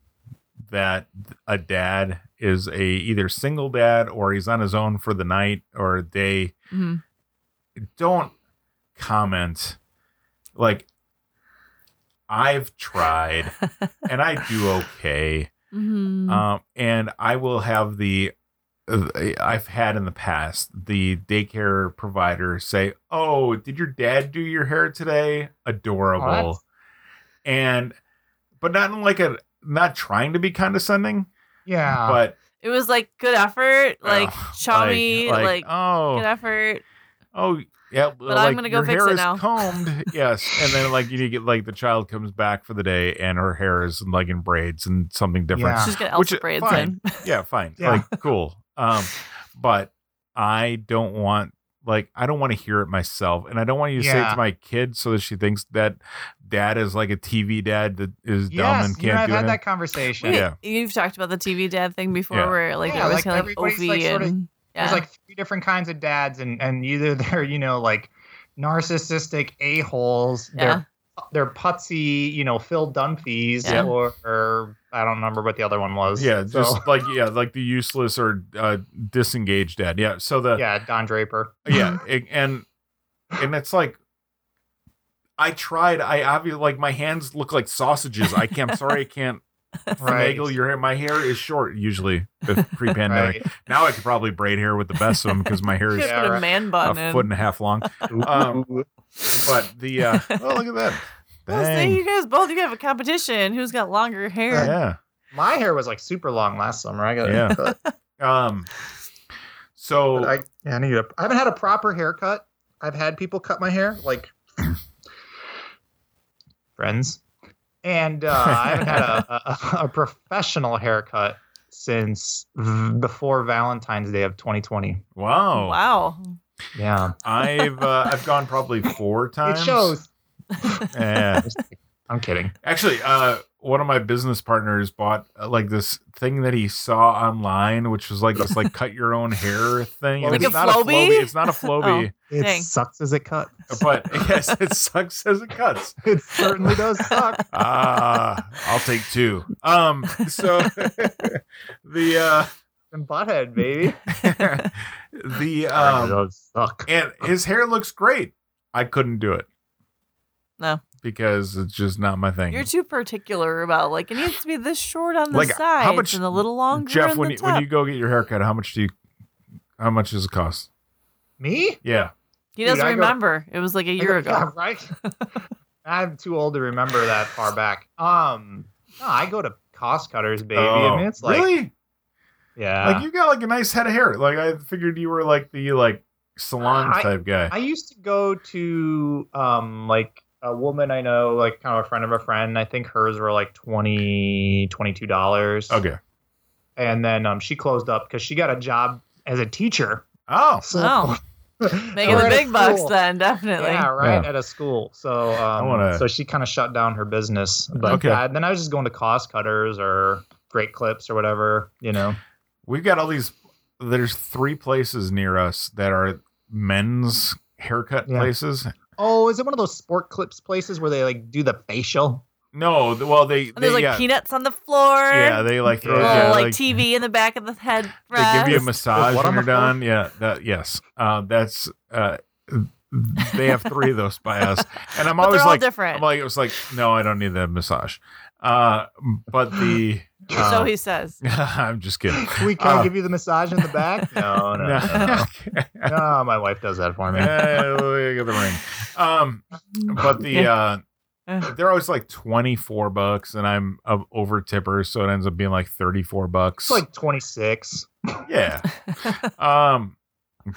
[SPEAKER 2] that a dad is a either single dad or he's on his own for the night or a day
[SPEAKER 4] Mhm.
[SPEAKER 2] don't comment like I've tried and I do okay
[SPEAKER 4] Mhm.
[SPEAKER 2] um, and I will have the uh, I've had in the past the daycare provider say, "Oh, did your dad do your hair today? Adorable,"
[SPEAKER 3] What?
[SPEAKER 2] and but not in like a not trying to be condescending,
[SPEAKER 3] yeah.
[SPEAKER 2] but
[SPEAKER 4] it was like good effort, Ah. like
[SPEAKER 2] Ugh,
[SPEAKER 4] chummy, like,
[SPEAKER 2] oh
[SPEAKER 4] good effort.
[SPEAKER 2] oh yeah, but
[SPEAKER 4] I'm gonna go
[SPEAKER 2] your
[SPEAKER 4] fix
[SPEAKER 2] hair
[SPEAKER 4] it
[SPEAKER 2] is
[SPEAKER 4] now." <laughs>
[SPEAKER 2] combed, yes, and then like you get like the child comes back for the day and her hair is like in braids and something different.
[SPEAKER 3] Yeah.
[SPEAKER 4] She's gonna
[SPEAKER 2] Ah. Which
[SPEAKER 4] elf
[SPEAKER 2] is
[SPEAKER 4] braids
[SPEAKER 2] fine.
[SPEAKER 4] in.
[SPEAKER 2] yeah fine
[SPEAKER 3] Yeah.
[SPEAKER 2] like cool um but i don't want like i don't want to hear it myself and i don't want you to say it
[SPEAKER 3] Yeah.
[SPEAKER 2] to my kid so that she thinks that dad is like a tv dad that is dumb
[SPEAKER 3] yes,
[SPEAKER 2] and
[SPEAKER 3] you and
[SPEAKER 2] can't
[SPEAKER 3] I've
[SPEAKER 2] do
[SPEAKER 3] had that
[SPEAKER 2] anything
[SPEAKER 3] conversation.
[SPEAKER 4] We-
[SPEAKER 2] Yeah.
[SPEAKER 4] <laughs> You've talked about the TV dad thing before,
[SPEAKER 2] Yeah.
[SPEAKER 4] where like
[SPEAKER 3] Yeah,
[SPEAKER 4] there was
[SPEAKER 3] like,
[SPEAKER 4] kind of like
[SPEAKER 3] everybody's,
[SPEAKER 4] Ovi
[SPEAKER 3] like, sorta-
[SPEAKER 4] and yeah,
[SPEAKER 3] There's like three different kinds of dads, and and either they're you know like narcissistic a holes,
[SPEAKER 4] Yeah.
[SPEAKER 3] they're they're putzy, you know Phil Dunphys,
[SPEAKER 4] Yeah.
[SPEAKER 3] or, or I don't remember what the other one was.
[SPEAKER 2] yeah
[SPEAKER 3] So,
[SPEAKER 2] just like yeah like the useless or uh disengaged dad yeah so the
[SPEAKER 3] yeah, Don Draper.
[SPEAKER 2] yeah
[SPEAKER 3] <laughs>
[SPEAKER 2] it- and and it's like i tried i obviously like my hands look like sausages i can't i'm sorry i can't
[SPEAKER 3] <laughs>
[SPEAKER 4] <laughs>
[SPEAKER 3] Right.
[SPEAKER 2] finagle your hair my hair is short usually pre-pandemic
[SPEAKER 3] <laughs> Right.
[SPEAKER 2] Now I could probably braid hair with the best of them because my hair
[SPEAKER 4] Should <laughs>
[SPEAKER 2] is
[SPEAKER 3] Yeah,
[SPEAKER 4] put a
[SPEAKER 3] right.
[SPEAKER 4] man
[SPEAKER 2] a
[SPEAKER 4] bun in.
[SPEAKER 2] foot and a half long. Um, But the
[SPEAKER 4] <laughs>
[SPEAKER 2] uh, oh look at that!
[SPEAKER 4] Well, see,
[SPEAKER 2] Dang.
[SPEAKER 4] you guys both you have a competition. Who's got longer hair?
[SPEAKER 2] Yeah,
[SPEAKER 3] My hair was like super long last summer. <laughs> I got
[SPEAKER 2] Yeah. um. So
[SPEAKER 3] But I, yeah, I need a. I haven't had a proper haircut. I've had people cut my hair, like <coughs> friends, and uh, I haven't had a, a, a professional haircut since before Valentine's Day of 2020.
[SPEAKER 2] wow, <laughs>
[SPEAKER 4] Wow. <laughs>
[SPEAKER 3] Yeah,
[SPEAKER 2] <laughs> I've uh, I've gone probably four times.
[SPEAKER 3] it shows.
[SPEAKER 2] Yeah.
[SPEAKER 3] I'm kidding.
[SPEAKER 2] Actually, uh, one of my business partners bought uh, like this thing that he saw online, which was like this
[SPEAKER 4] <laughs>
[SPEAKER 2] like cut your own hair thing.
[SPEAKER 3] Like
[SPEAKER 2] it's
[SPEAKER 4] a
[SPEAKER 2] not
[SPEAKER 4] Flowbee?
[SPEAKER 2] a Flowbee. It's not a Flowbee,
[SPEAKER 3] It
[SPEAKER 4] Dang.
[SPEAKER 3] sucks as it cuts.
[SPEAKER 4] Oh.
[SPEAKER 2] but <laughs> yes, it sucks as it cuts.
[SPEAKER 3] <laughs> It certainly does suck.
[SPEAKER 2] Ah, I'll take two. Um, so <laughs> the uh,
[SPEAKER 3] And butthead, baby.
[SPEAKER 2] the um,
[SPEAKER 3] does suck.
[SPEAKER 2] and his hair looks great. I couldn't do it.
[SPEAKER 4] No.
[SPEAKER 2] because it's just not my thing.
[SPEAKER 4] You're too particular about like it needs to be this short on the
[SPEAKER 2] Like,
[SPEAKER 4] sides
[SPEAKER 2] how much-
[SPEAKER 4] and a little longer
[SPEAKER 2] Jeff,
[SPEAKER 4] on
[SPEAKER 2] when
[SPEAKER 4] the
[SPEAKER 2] you,
[SPEAKER 4] top.
[SPEAKER 2] when you go get your haircut, how much do you? How much does it cost?
[SPEAKER 3] Me?
[SPEAKER 2] Yeah,
[SPEAKER 4] he doesn't
[SPEAKER 3] Dude, I go-
[SPEAKER 4] remember. It was like a year
[SPEAKER 3] <laughs>
[SPEAKER 4] ago.
[SPEAKER 3] Yeah, right? I'm too old to remember that far back. Um, no, I go to cost cutters, baby. I
[SPEAKER 2] Oh,
[SPEAKER 3] mean, it's like,
[SPEAKER 2] really
[SPEAKER 3] yeah.
[SPEAKER 2] like you got like a nice head of hair. Like I figured you were like the like salon
[SPEAKER 3] I-
[SPEAKER 2] type guy.
[SPEAKER 3] I used to go to um like a woman I know, like kind of a friend of a friend. I think hers were like 20 dollars.
[SPEAKER 2] okay.
[SPEAKER 3] And then um she closed up because she got a job as a teacher.
[SPEAKER 2] Oh,
[SPEAKER 3] So <laughs>
[SPEAKER 4] Oh, making
[SPEAKER 3] We're
[SPEAKER 4] the
[SPEAKER 3] at
[SPEAKER 4] big
[SPEAKER 3] a
[SPEAKER 4] bucks
[SPEAKER 3] school.
[SPEAKER 4] then, definitely.
[SPEAKER 3] yeah, right
[SPEAKER 2] Yeah.
[SPEAKER 3] at a school. So um,
[SPEAKER 2] wanna-
[SPEAKER 3] so she kind of shut down her business. But
[SPEAKER 2] Okay.
[SPEAKER 3] yeah, then I was just going to cost cutters or great clips or whatever, you know.
[SPEAKER 2] we've got all these. There's three places near us that are men's haircut
[SPEAKER 3] Yeah.
[SPEAKER 2] places.
[SPEAKER 3] Oh, is it one of those sport clips places where they like do the facial?
[SPEAKER 2] No, th- well they,
[SPEAKER 4] And
[SPEAKER 2] they
[SPEAKER 4] there's like
[SPEAKER 2] yeah,
[SPEAKER 4] peanuts on the floor.
[SPEAKER 2] yeah they like throw
[SPEAKER 3] Oh,
[SPEAKER 4] little,
[SPEAKER 2] yeah,
[SPEAKER 4] like,
[SPEAKER 2] like,
[SPEAKER 4] TV in the back of the head.
[SPEAKER 2] they give you a
[SPEAKER 4] rest.
[SPEAKER 2] massage
[SPEAKER 3] What
[SPEAKER 2] when
[SPEAKER 3] on
[SPEAKER 2] you're
[SPEAKER 3] the floor?
[SPEAKER 2] done. Yeah, that yes, uh, that's uh, they have three of those by us, and I'm
[SPEAKER 4] <laughs> But
[SPEAKER 2] always
[SPEAKER 4] they're all
[SPEAKER 2] like,
[SPEAKER 4] different.
[SPEAKER 2] I'm like, it was like, no, I don't need that massage. Uh, but the
[SPEAKER 4] <laughs>
[SPEAKER 2] <laughs>
[SPEAKER 4] so
[SPEAKER 2] uh,
[SPEAKER 4] he says.
[SPEAKER 2] I'm just kidding.
[SPEAKER 3] <laughs> We can't
[SPEAKER 2] Uh,
[SPEAKER 3] give you the massage in
[SPEAKER 2] <laughs>
[SPEAKER 3] the back? No, <laughs> no. no. no. No, my wife does that for me.
[SPEAKER 2] Eh, we got the ring. Um, but the uh, they're always like 24 bucks, and I'm uh, over tipper, so it ends up being like 34 bucks.
[SPEAKER 3] It's like 26.
[SPEAKER 2] yeah. Um,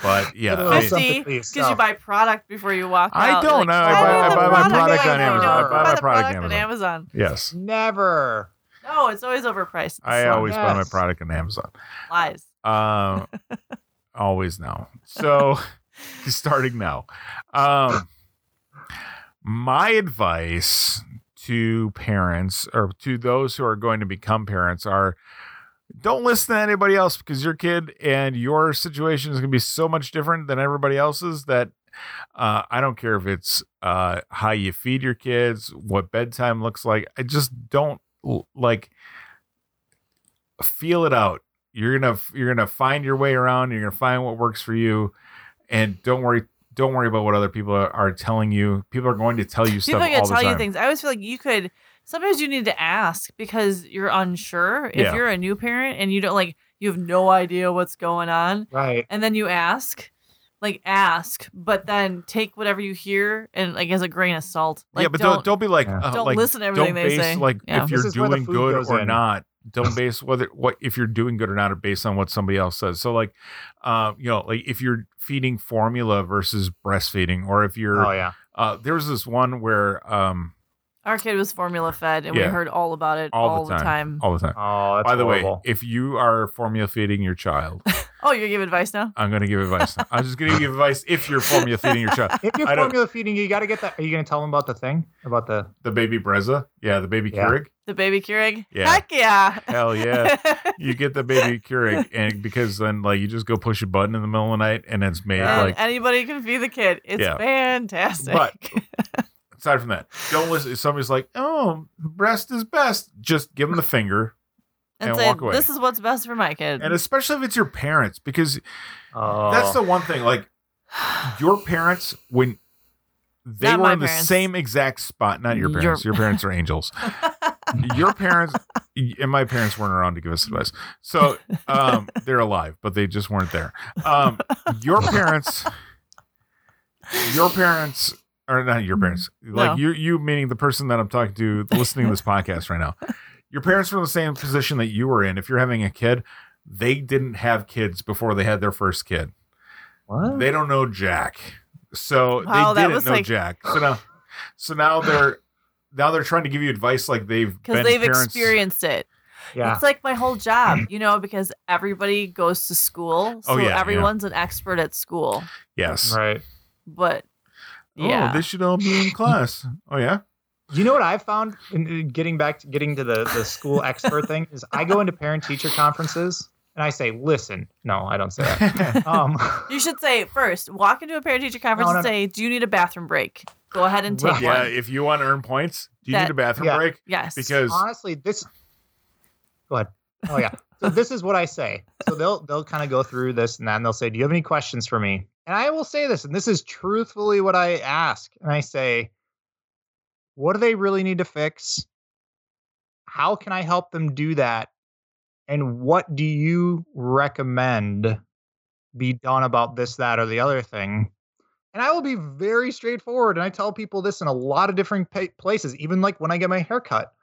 [SPEAKER 2] but yeah,
[SPEAKER 3] Gotta
[SPEAKER 2] I-
[SPEAKER 3] love
[SPEAKER 4] Fifty,
[SPEAKER 3] something for
[SPEAKER 4] Because you
[SPEAKER 3] yourself.
[SPEAKER 4] buy product before you walk
[SPEAKER 2] I
[SPEAKER 4] out. You're
[SPEAKER 2] don't.
[SPEAKER 4] like,
[SPEAKER 2] I
[SPEAKER 3] buy- I
[SPEAKER 4] the
[SPEAKER 3] buy my product on
[SPEAKER 4] I
[SPEAKER 3] Amazon.
[SPEAKER 4] know.
[SPEAKER 3] I buy
[SPEAKER 4] Buy
[SPEAKER 2] my
[SPEAKER 4] the
[SPEAKER 2] product on
[SPEAKER 4] on Amazon.
[SPEAKER 2] yes,
[SPEAKER 3] Never.
[SPEAKER 4] No, it's always overpriced.
[SPEAKER 2] I
[SPEAKER 4] It's
[SPEAKER 2] always buy my
[SPEAKER 3] Yes.
[SPEAKER 2] product on Amazon.
[SPEAKER 4] lies.
[SPEAKER 2] Um, always now. So <laughs> starting now. Um, my advice to parents or to those who are going to become parents are don't listen to anybody else because your kid and your situation is going to be so much different than everybody else's that uh, I don't care if it's uh, how you feed your kids, what bedtime looks like. I just don't l- like feel it out. You're gonna you're gonna find your way around. You're gonna find what works for you, and don't worry don't worry about what other people are, are telling you. People are going to tell you
[SPEAKER 4] People
[SPEAKER 2] stuff
[SPEAKER 4] are gonna
[SPEAKER 2] all the
[SPEAKER 4] tell you
[SPEAKER 2] time.
[SPEAKER 4] things. I always feel like you could. Sometimes you need to ask because you're unsure.
[SPEAKER 2] Yeah.
[SPEAKER 4] If you're a new parent and you don't like, you have no idea what's going on,
[SPEAKER 3] Right.
[SPEAKER 4] and then you ask, like ask, but then take whatever you hear and like as a grain of salt. Like,
[SPEAKER 2] yeah, but
[SPEAKER 4] don't
[SPEAKER 2] don't don't be like
[SPEAKER 3] Yeah.
[SPEAKER 2] uh,
[SPEAKER 4] don't
[SPEAKER 2] like
[SPEAKER 4] listen to everything
[SPEAKER 2] don't
[SPEAKER 4] they
[SPEAKER 2] base
[SPEAKER 4] say.
[SPEAKER 2] like
[SPEAKER 4] Yeah.
[SPEAKER 2] if
[SPEAKER 3] This
[SPEAKER 2] you're
[SPEAKER 3] is where the
[SPEAKER 2] doing
[SPEAKER 3] food
[SPEAKER 2] good
[SPEAKER 3] goes
[SPEAKER 2] or
[SPEAKER 3] in.
[SPEAKER 2] not. Don't base whether what if you're doing good or not based on what somebody else says. So like, uh, you know, like if you're feeding formula versus breastfeeding, or if you're
[SPEAKER 3] Oh, yeah.
[SPEAKER 2] uh, there was this one where um
[SPEAKER 4] Our kid was formula fed, and
[SPEAKER 2] Yeah.
[SPEAKER 4] we heard all about it
[SPEAKER 2] All
[SPEAKER 4] all,
[SPEAKER 2] the
[SPEAKER 4] the time.
[SPEAKER 2] all the time.
[SPEAKER 3] Oh, that's
[SPEAKER 2] By the
[SPEAKER 3] horrible.
[SPEAKER 2] way, if you are formula feeding your child,
[SPEAKER 4] Oh, you're giving advice now?
[SPEAKER 2] I'm gonna give advice. I'm just gonna give advice if you're formula feeding your child.
[SPEAKER 3] if you're
[SPEAKER 2] I don't-
[SPEAKER 3] formula feeding, you got to get that. Are you going to tell them about the thing? About the.
[SPEAKER 2] The baby Brezza, yeah, the baby
[SPEAKER 3] Yeah.
[SPEAKER 2] Keurig,
[SPEAKER 4] The baby Keurig?
[SPEAKER 2] Yeah.
[SPEAKER 4] Heck yeah.
[SPEAKER 2] hell yeah.
[SPEAKER 4] <laughs>
[SPEAKER 2] you get the baby Keurig, and because then like you just go push a button in the middle of the night, and it's made
[SPEAKER 4] And
[SPEAKER 2] like.
[SPEAKER 4] anybody can feed the kid. It's
[SPEAKER 2] Yeah.
[SPEAKER 4] fantastic.
[SPEAKER 2] But- Aside from that, don't listen. If somebody's like, "Oh, breast is best," just give them the finger,
[SPEAKER 4] <laughs> and
[SPEAKER 2] and
[SPEAKER 4] say,
[SPEAKER 2] walk away.
[SPEAKER 4] this is what's best for my kid. <sighs>
[SPEAKER 2] and especially if it's your parents, because
[SPEAKER 3] Oh.
[SPEAKER 2] that's the one thing. Like your parents, when they
[SPEAKER 4] Not
[SPEAKER 2] were
[SPEAKER 4] my
[SPEAKER 2] in the
[SPEAKER 4] parents.
[SPEAKER 2] same exact spot, not your
[SPEAKER 4] Your-
[SPEAKER 2] parents. Your, parents are angels.
[SPEAKER 4] <laughs>
[SPEAKER 2] your parents and my parents weren't around to give us advice, so um, they're alive, but they just weren't there. Um, your parents, your parents, or not your parents, like
[SPEAKER 4] Mm-hmm. No.
[SPEAKER 2] you, you meaning the person that I'm talking to, listening to this podcast right now. Your parents were in the same position that you were in. If you're having a kid, they didn't have kids before they had their first kid.
[SPEAKER 3] What?
[SPEAKER 2] They don't know Jack, so
[SPEAKER 4] Wow,
[SPEAKER 2] they
[SPEAKER 4] that
[SPEAKER 2] didn't
[SPEAKER 4] was
[SPEAKER 2] know
[SPEAKER 4] like-
[SPEAKER 2] Jack. So now, so now they're now they're trying to give you advice like they've
[SPEAKER 4] Because
[SPEAKER 2] been
[SPEAKER 4] they've
[SPEAKER 2] parents.
[SPEAKER 4] experienced it.
[SPEAKER 3] yeah.
[SPEAKER 4] It's like my
[SPEAKER 2] <clears throat>
[SPEAKER 4] whole job, you know, because everybody goes to school. So
[SPEAKER 2] Oh, yeah, yeah.
[SPEAKER 4] everyone's an expert at school.
[SPEAKER 2] Yes.
[SPEAKER 3] Right.
[SPEAKER 4] But
[SPEAKER 2] Oh,
[SPEAKER 4] yeah.
[SPEAKER 3] <laughs>
[SPEAKER 2] they should all be in class. Oh yeah.
[SPEAKER 3] You know what I found in- in getting back to getting to the, the school expert thing is I go into parent teacher conferences and I say, listen, no, I don't say that. <laughs> Um,
[SPEAKER 4] You should say first, walk into a parent teacher conference
[SPEAKER 3] No,
[SPEAKER 4] and
[SPEAKER 3] no, no.
[SPEAKER 4] say, Do you need a bathroom break? Go ahead and take
[SPEAKER 2] yeah,
[SPEAKER 4] one.
[SPEAKER 2] if you want to earn points, do you
[SPEAKER 4] That-
[SPEAKER 2] need a bathroom
[SPEAKER 3] Yeah.
[SPEAKER 2] break?
[SPEAKER 4] Yes.
[SPEAKER 2] Because
[SPEAKER 3] honestly, this. Go ahead. Oh yeah. So this is what I say. So they'll they'll kind of go through this and that, and they'll say, "Do you have any questions for me?" And I will say this, and this is truthfully what I ask, and I say, "What do they really need to fix? How can I help them do that? And what do you recommend be done about this, that, or the other thing?" And I will be very straightforward, and I tell people this in a lot of different pa- places, even like when I get my hair cut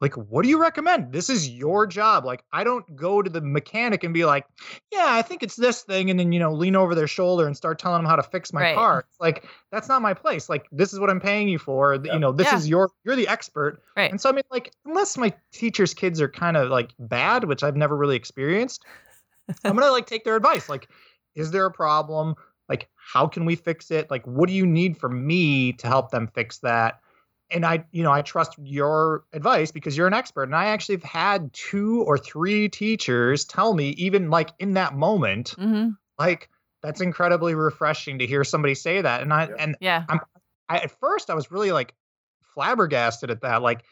[SPEAKER 3] like what do you recommend this is your job like i don't go to the mechanic and be like yeah i think it's this thing and then you know lean over their shoulder and start telling them how to fix my
[SPEAKER 4] Right.
[SPEAKER 3] car it's like that's not my place like this is what i'm paying you for th- you know this
[SPEAKER 4] Yeah.
[SPEAKER 3] is your you're the expert
[SPEAKER 4] Right.
[SPEAKER 3] and so i mean like unless my teacher's kids are kind of like bad which i've never really experienced i'm gonna like take their advice like is there a problem like how can we fix it like what do you need from me to help them fix that and i you know i trust your advice because you're an expert and i actually have had two or three teachers tell me even like in that moment
[SPEAKER 4] hmm
[SPEAKER 3] like that's incredibly refreshing to hear somebody say that and i
[SPEAKER 2] Yeah.
[SPEAKER 3] and
[SPEAKER 4] Yeah.
[SPEAKER 3] I, at first I was really like flabbergasted at that. Like,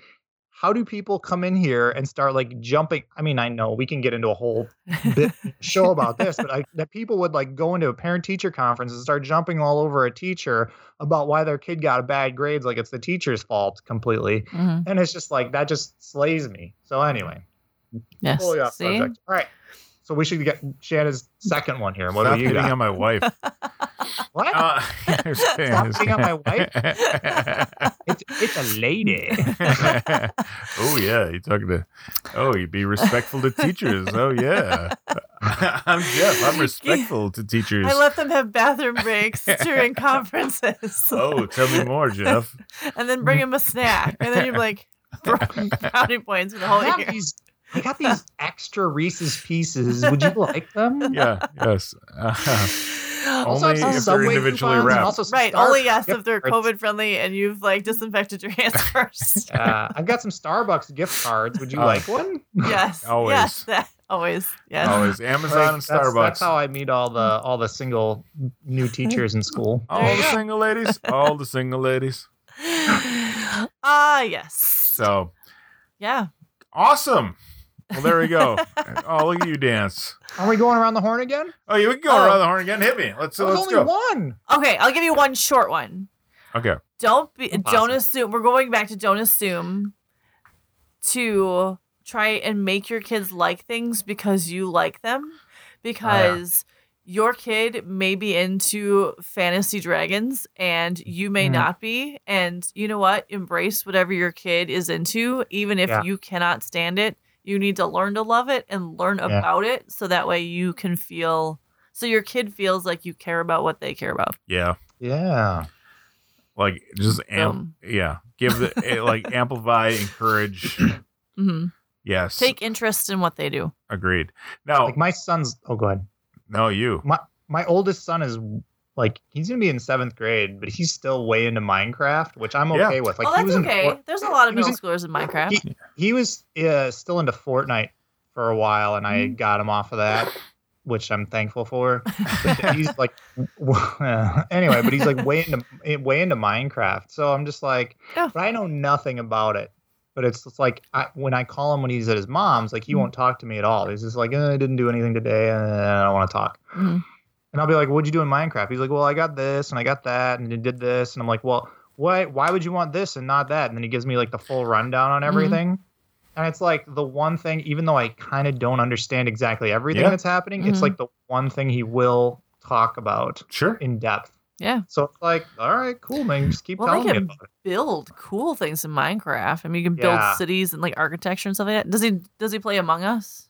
[SPEAKER 3] how do people come in here and start like jumping? I mean, I know we can get into a whole bit show about this, but I, that people would like go into a parent teacher conference and start jumping all over a teacher about why their kid got bad grades, like it's the teacher's fault completely.
[SPEAKER 4] Mhm.
[SPEAKER 3] And it's just like that just slays me. So anyway,
[SPEAKER 4] Yes.
[SPEAKER 2] Oh,
[SPEAKER 3] totally off
[SPEAKER 4] See?
[SPEAKER 3] subject. All right. So we should get Shannon's second one here. What
[SPEAKER 2] stop
[SPEAKER 3] do you
[SPEAKER 2] hitting
[SPEAKER 3] got?
[SPEAKER 2] on my
[SPEAKER 4] <laughs>
[SPEAKER 2] wife.
[SPEAKER 3] What?
[SPEAKER 2] Uh, <laughs>
[SPEAKER 3] Stop hitting on my wife? It's,
[SPEAKER 2] <laughs>
[SPEAKER 3] it's a lady. <laughs>
[SPEAKER 2] oh yeah, you talking to? Oh, you be respectful to teachers. Oh
[SPEAKER 4] <laughs>
[SPEAKER 2] yeah, <laughs> I'm Jeff. I'm respectful to teachers.
[SPEAKER 4] I let them have bathroom breaks
[SPEAKER 2] <laughs>
[SPEAKER 4] during conferences.
[SPEAKER 2] oh, tell me more, Jeff.
[SPEAKER 4] <laughs> and then bring him a snack. And
[SPEAKER 2] <laughs>
[SPEAKER 4] then you're like, brownie points for the
[SPEAKER 2] Oh,
[SPEAKER 4] whole
[SPEAKER 3] I got
[SPEAKER 4] year. <laughs>
[SPEAKER 3] these. I
[SPEAKER 2] <laughs>
[SPEAKER 3] got these extra Reese's pieces. Would you like
[SPEAKER 2] <laughs>
[SPEAKER 3] them?
[SPEAKER 2] Yeah. Yes. Uh,
[SPEAKER 3] Also, I have
[SPEAKER 2] Only
[SPEAKER 3] some
[SPEAKER 2] if they're
[SPEAKER 3] Subway
[SPEAKER 2] individually
[SPEAKER 3] coupons and
[SPEAKER 2] wrapped.
[SPEAKER 3] Also some
[SPEAKER 4] Right.
[SPEAKER 3] Star-
[SPEAKER 4] Only yes
[SPEAKER 3] gift
[SPEAKER 4] if they're
[SPEAKER 3] cards.
[SPEAKER 4] COVID friendly and you've like disinfected your
[SPEAKER 2] <laughs>
[SPEAKER 4] hands first.
[SPEAKER 3] Uh, I've got some Starbucks gift cards. Would you
[SPEAKER 2] Oh.
[SPEAKER 3] like one?
[SPEAKER 4] yes.
[SPEAKER 2] Always.
[SPEAKER 4] Yes. That, always. Yes.
[SPEAKER 2] always Amazon and
[SPEAKER 3] Like, that's-
[SPEAKER 2] Starbucks. Mm.
[SPEAKER 3] That's how I meet all the all the single new teachers in school.
[SPEAKER 4] There
[SPEAKER 2] all
[SPEAKER 4] you
[SPEAKER 2] the
[SPEAKER 4] go.
[SPEAKER 2] single ladies. All the single ladies.
[SPEAKER 4] Ah, yes.
[SPEAKER 2] So
[SPEAKER 4] yeah.
[SPEAKER 2] awesome. Well, there we go. oh, look at you dance.
[SPEAKER 3] Are we going around the horn again?
[SPEAKER 2] Oh, you can go
[SPEAKER 4] Oh.
[SPEAKER 2] around the horn again. Hit me. Let's
[SPEAKER 3] There was
[SPEAKER 2] let's
[SPEAKER 3] only
[SPEAKER 2] go.
[SPEAKER 3] one.
[SPEAKER 4] Okay. I'll give you one short one.
[SPEAKER 2] Okay.
[SPEAKER 4] Don't be.
[SPEAKER 3] Impossible.
[SPEAKER 4] Don't assume. We're going back to don't assume. To try and make your kids like things because you like them, because.
[SPEAKER 3] Oh,
[SPEAKER 4] Your kid may be into fantasy dragons and you may
[SPEAKER 3] Mhm.
[SPEAKER 4] not be. And you know what? Embrace whatever your kid is into, even if
[SPEAKER 3] Yeah.
[SPEAKER 4] you cannot stand it. You need to learn to love it and learn
[SPEAKER 3] Yeah.
[SPEAKER 4] about it so that way you can feel, so your kid feels like you care about what they care about.
[SPEAKER 2] Yeah.
[SPEAKER 3] Yeah.
[SPEAKER 2] Like just amp.
[SPEAKER 4] Um,
[SPEAKER 2] Yeah. Give the eh, like amplify, encourage.
[SPEAKER 4] mhm.
[SPEAKER 2] Yes.
[SPEAKER 4] take interest in what they do.
[SPEAKER 2] agreed. Now,
[SPEAKER 3] Like my son's. Oh, go ahead.
[SPEAKER 2] no, you.
[SPEAKER 3] my oldest son is like he's gonna be in seventh grade, but he's still way into Minecraft, which I'm
[SPEAKER 2] Yeah.
[SPEAKER 3] okay with. Like
[SPEAKER 4] oh,
[SPEAKER 3] he was
[SPEAKER 4] that's
[SPEAKER 3] in
[SPEAKER 4] okay.
[SPEAKER 3] Fort-
[SPEAKER 4] There's a lot of
[SPEAKER 3] he was
[SPEAKER 4] middle schoolers in Minecraft.
[SPEAKER 3] He, he was uh, still into Fortnite for a while, and I got him off of that, which I'm thankful for. But he's like, <laughs> anyway, but he's like way into way into Minecraft. So I'm just like,
[SPEAKER 4] Yeah.
[SPEAKER 3] but I know nothing about it. But it's just like I, when I call him when he's at his mom's, like he won't talk to me at all. He's just like, eh, I didn't do anything today, and I don't want to talk.
[SPEAKER 4] Mhm.
[SPEAKER 3] And I'll be like, "What'd you do in Minecraft?" He's like, "Well, I got this and I got that and I did this." And I'm like, "Well, why why would you want this and not that?" And then he gives me like the full rundown on everything. And it's like the one thing, even though I kind of don't understand exactly everything
[SPEAKER 2] Yeah.
[SPEAKER 3] that's happening, it's
[SPEAKER 4] Mhm.
[SPEAKER 3] like the one thing he will talk about
[SPEAKER 2] Sure.
[SPEAKER 3] in depth.
[SPEAKER 4] Yeah.
[SPEAKER 3] So it's like, all right, cool, man. Just keep
[SPEAKER 4] Well,
[SPEAKER 3] telling
[SPEAKER 4] they
[SPEAKER 3] me
[SPEAKER 4] can
[SPEAKER 3] about it.
[SPEAKER 4] build cool things in Minecraft. I mean, you can build
[SPEAKER 3] Yeah.
[SPEAKER 4] cities and like architecture and stuff like that. Does he? Does he play Among Us?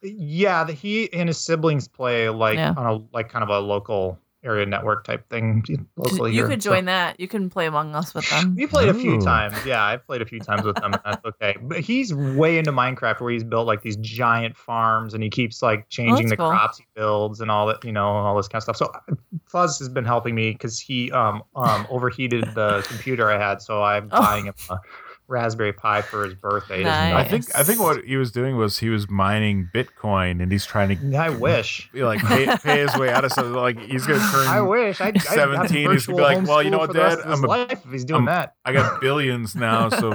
[SPEAKER 3] Yeah, the, he and his siblings play like
[SPEAKER 4] Yeah.
[SPEAKER 3] on a like kind of a local area network type thing locally.
[SPEAKER 4] you
[SPEAKER 3] here,
[SPEAKER 4] could
[SPEAKER 3] so-
[SPEAKER 4] join that. You can play Among Us with
[SPEAKER 3] <laughs>
[SPEAKER 4] them. <laughs>
[SPEAKER 3] We played a few
[SPEAKER 2] Ooh.
[SPEAKER 3] times. Yeah, I've played a few times with him. and
[SPEAKER 2] <laughs>
[SPEAKER 3] That's okay. But he's way into Minecraft where he's built like these giant farms and he keeps like changing
[SPEAKER 4] that's
[SPEAKER 3] the
[SPEAKER 4] cool.
[SPEAKER 3] crops he builds and all that, you know, all this kind of stuff. So uh, Fuzz has been helping me because he um, um, overheated
[SPEAKER 4] <laughs>
[SPEAKER 3] the computer I had, so I'm
[SPEAKER 4] Oh.
[SPEAKER 3] buying him a Raspberry Pi for his birthday. He doesn't know.
[SPEAKER 2] I think I think what he was doing was he was mining Bitcoin and he's trying to
[SPEAKER 3] Yeah, I wish.
[SPEAKER 2] you know, like pay, pay his way out of something. Like he's gonna turn.
[SPEAKER 3] <laughs> I
[SPEAKER 2] I,
[SPEAKER 3] wish. I, I'd have
[SPEAKER 2] 17, he's gonna be
[SPEAKER 3] virtual
[SPEAKER 2] like, well, you know
[SPEAKER 3] homeschool
[SPEAKER 2] what,
[SPEAKER 3] for the rest
[SPEAKER 2] Dad?
[SPEAKER 3] of his
[SPEAKER 2] I'm a-
[SPEAKER 3] life if he's doing
[SPEAKER 2] I'm-
[SPEAKER 3] that.
[SPEAKER 2] got billions now,
[SPEAKER 3] <laughs>
[SPEAKER 2] so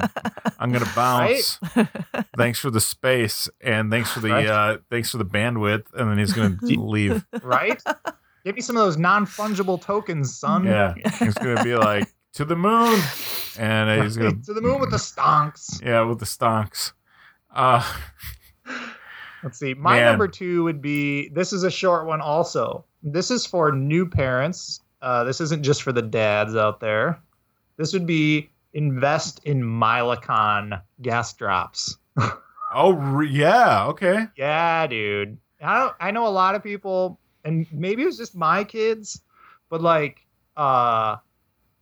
[SPEAKER 2] I'm gonna bounce. Thanks for the space and thanks for the
[SPEAKER 3] Right.
[SPEAKER 2] uh, thanks for the bandwidth. And then he's
[SPEAKER 3] <laughs>
[SPEAKER 2] gonna leave.
[SPEAKER 4] <laughs>
[SPEAKER 3] right? Give me some of those non fungible tokens, son.
[SPEAKER 2] Yeah, he's gonna be like to the moon,
[SPEAKER 3] <laughs>
[SPEAKER 2] and he's gonna
[SPEAKER 3] to the moon with the stonks.
[SPEAKER 2] yeah with the stonks. Uh,
[SPEAKER 3] Let's see. My
[SPEAKER 2] Man.
[SPEAKER 3] number two would be this is a short one, also. This is for new parents. Uh, this isn't just for the dads out there. This would be invest in Milacon gas drops.
[SPEAKER 2] oh re- yeah, okay.
[SPEAKER 3] Yeah, dude. I don't, I know a lot of people, and maybe it was just my kids, but like, uh,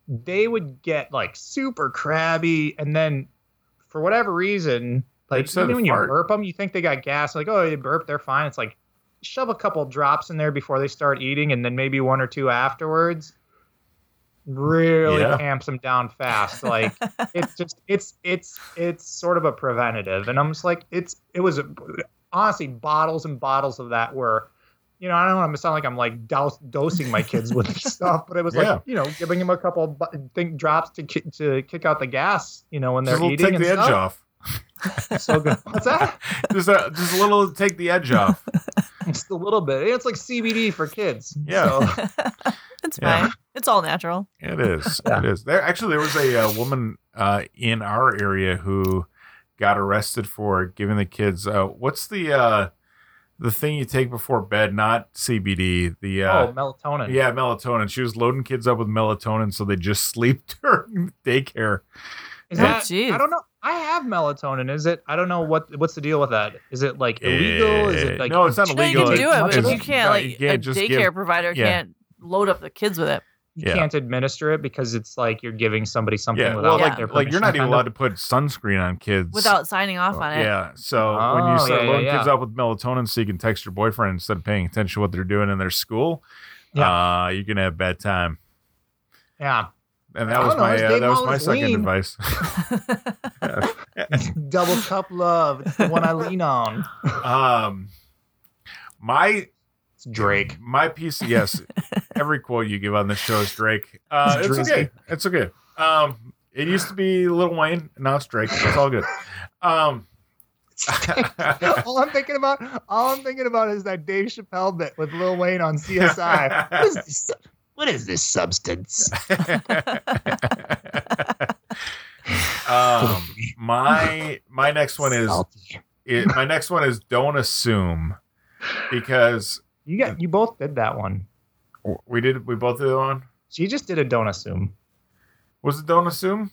[SPEAKER 3] they would get like super crabby, and then for whatever reason, like
[SPEAKER 2] just had a
[SPEAKER 3] even when
[SPEAKER 2] fart.
[SPEAKER 3] you burp them, you think they got gas. Like, oh, they burp, they're fine. It's like shove a couple drops in there before they start eating, and then maybe one or two afterwards. Really
[SPEAKER 2] Yeah.
[SPEAKER 3] amps them down fast. Like it's just it's it's it's sort of a preventative and i'm just like it's it was a, honestly bottles and bottles of that were you know i don't want to sound like i'm like douse, dosing my kids
[SPEAKER 2] <laughs>
[SPEAKER 3] with this stuff but it was
[SPEAKER 2] Yeah.
[SPEAKER 3] like you know giving them a couple of bu- think drops to ki- to kick out the gas you know when they're
[SPEAKER 2] Just a little
[SPEAKER 3] eating
[SPEAKER 2] take
[SPEAKER 3] and
[SPEAKER 2] the edge
[SPEAKER 3] stuff.
[SPEAKER 2] off. <laughs>
[SPEAKER 3] so good what's that
[SPEAKER 2] Just a just a little take the
[SPEAKER 3] <laughs>
[SPEAKER 2] edge off.
[SPEAKER 3] just a little bit it's like cbd for kids
[SPEAKER 2] Yeah. Oh,
[SPEAKER 3] <laughs> So- oh,
[SPEAKER 4] it's
[SPEAKER 2] Yeah.
[SPEAKER 4] fine. It's all natural.
[SPEAKER 2] It is.
[SPEAKER 3] <laughs> Yeah.
[SPEAKER 2] It is. There actually there was a, uh woman uh, in our area who got arrested for giving the kids uh, what's the uh, the thing you take before bed, not CBD. The
[SPEAKER 3] oh
[SPEAKER 2] uh,
[SPEAKER 3] melatonin
[SPEAKER 2] yeah melatonin. She was loading kids up with melatonin so they just <laughs> sleep during daycare.
[SPEAKER 3] Is
[SPEAKER 4] Oh,
[SPEAKER 3] that,
[SPEAKER 4] jeez.
[SPEAKER 3] I don't know. I have melatonin. Is it? I don't know what what's the deal with that. Is it like illegal? Is
[SPEAKER 2] Eh,
[SPEAKER 3] it like
[SPEAKER 2] no, it's not
[SPEAKER 4] No, you
[SPEAKER 2] illegal.
[SPEAKER 4] can do it,
[SPEAKER 3] It's-
[SPEAKER 4] but you
[SPEAKER 2] it's-
[SPEAKER 4] can't.
[SPEAKER 2] no,
[SPEAKER 4] Like
[SPEAKER 2] you can't
[SPEAKER 4] a
[SPEAKER 2] just
[SPEAKER 4] daycare
[SPEAKER 2] give-
[SPEAKER 4] provider
[SPEAKER 2] yeah.
[SPEAKER 4] can't load up the kids with it.
[SPEAKER 3] you
[SPEAKER 2] Yeah.
[SPEAKER 3] can't administer it because it's like you're giving somebody something
[SPEAKER 2] Yeah, well,
[SPEAKER 3] without
[SPEAKER 2] like,
[SPEAKER 3] their
[SPEAKER 2] like you're not
[SPEAKER 3] permission,
[SPEAKER 2] even
[SPEAKER 3] kind
[SPEAKER 2] allowed
[SPEAKER 3] of.
[SPEAKER 2] to put sunscreen on kids
[SPEAKER 4] without signing off on it.
[SPEAKER 2] Yeah. So when you
[SPEAKER 3] Oh,
[SPEAKER 2] start
[SPEAKER 3] yeah, yeah,
[SPEAKER 2] loading
[SPEAKER 3] yeah.
[SPEAKER 2] kids up with melatonin so you can text your boyfriend instead of paying attention to what they're doing in their school, uh, you're gonna have a bad time.
[SPEAKER 3] Yeah,
[SPEAKER 2] And
[SPEAKER 3] I
[SPEAKER 2] that was
[SPEAKER 3] don't know,
[SPEAKER 2] my
[SPEAKER 3] his
[SPEAKER 2] uh,
[SPEAKER 3] big
[SPEAKER 2] that was
[SPEAKER 3] mouth
[SPEAKER 2] my
[SPEAKER 3] is
[SPEAKER 2] second
[SPEAKER 3] lean. <laughs>
[SPEAKER 2] advice. <laughs>
[SPEAKER 3] double cup love. It's the one I lean on.
[SPEAKER 2] Um, my
[SPEAKER 3] It's
[SPEAKER 2] <laughs>
[SPEAKER 3] Drake.
[SPEAKER 2] my piece. <laughs> Yes, every quote you give on this show is <laughs> Drake. Uh,
[SPEAKER 3] It's
[SPEAKER 2] it's
[SPEAKER 3] Drizzy.
[SPEAKER 2] okay. It's okay. Um, it used to be Lil Wayne. Now it's Drake. It's all good.
[SPEAKER 3] <laughs>
[SPEAKER 2] Um,
[SPEAKER 3] all I'm thinking about, all I'm thinking about, is that Dave Chappelle bit with Lil Wayne on CSI. what, is this, what is this substance?
[SPEAKER 2] <laughs> um, my my next one is
[SPEAKER 3] Salty.
[SPEAKER 2] it, my next one is don't assume because
[SPEAKER 3] you got you both did that one.
[SPEAKER 2] we did we both did that one.
[SPEAKER 3] She just did a don't assume.
[SPEAKER 2] Was it don't assume?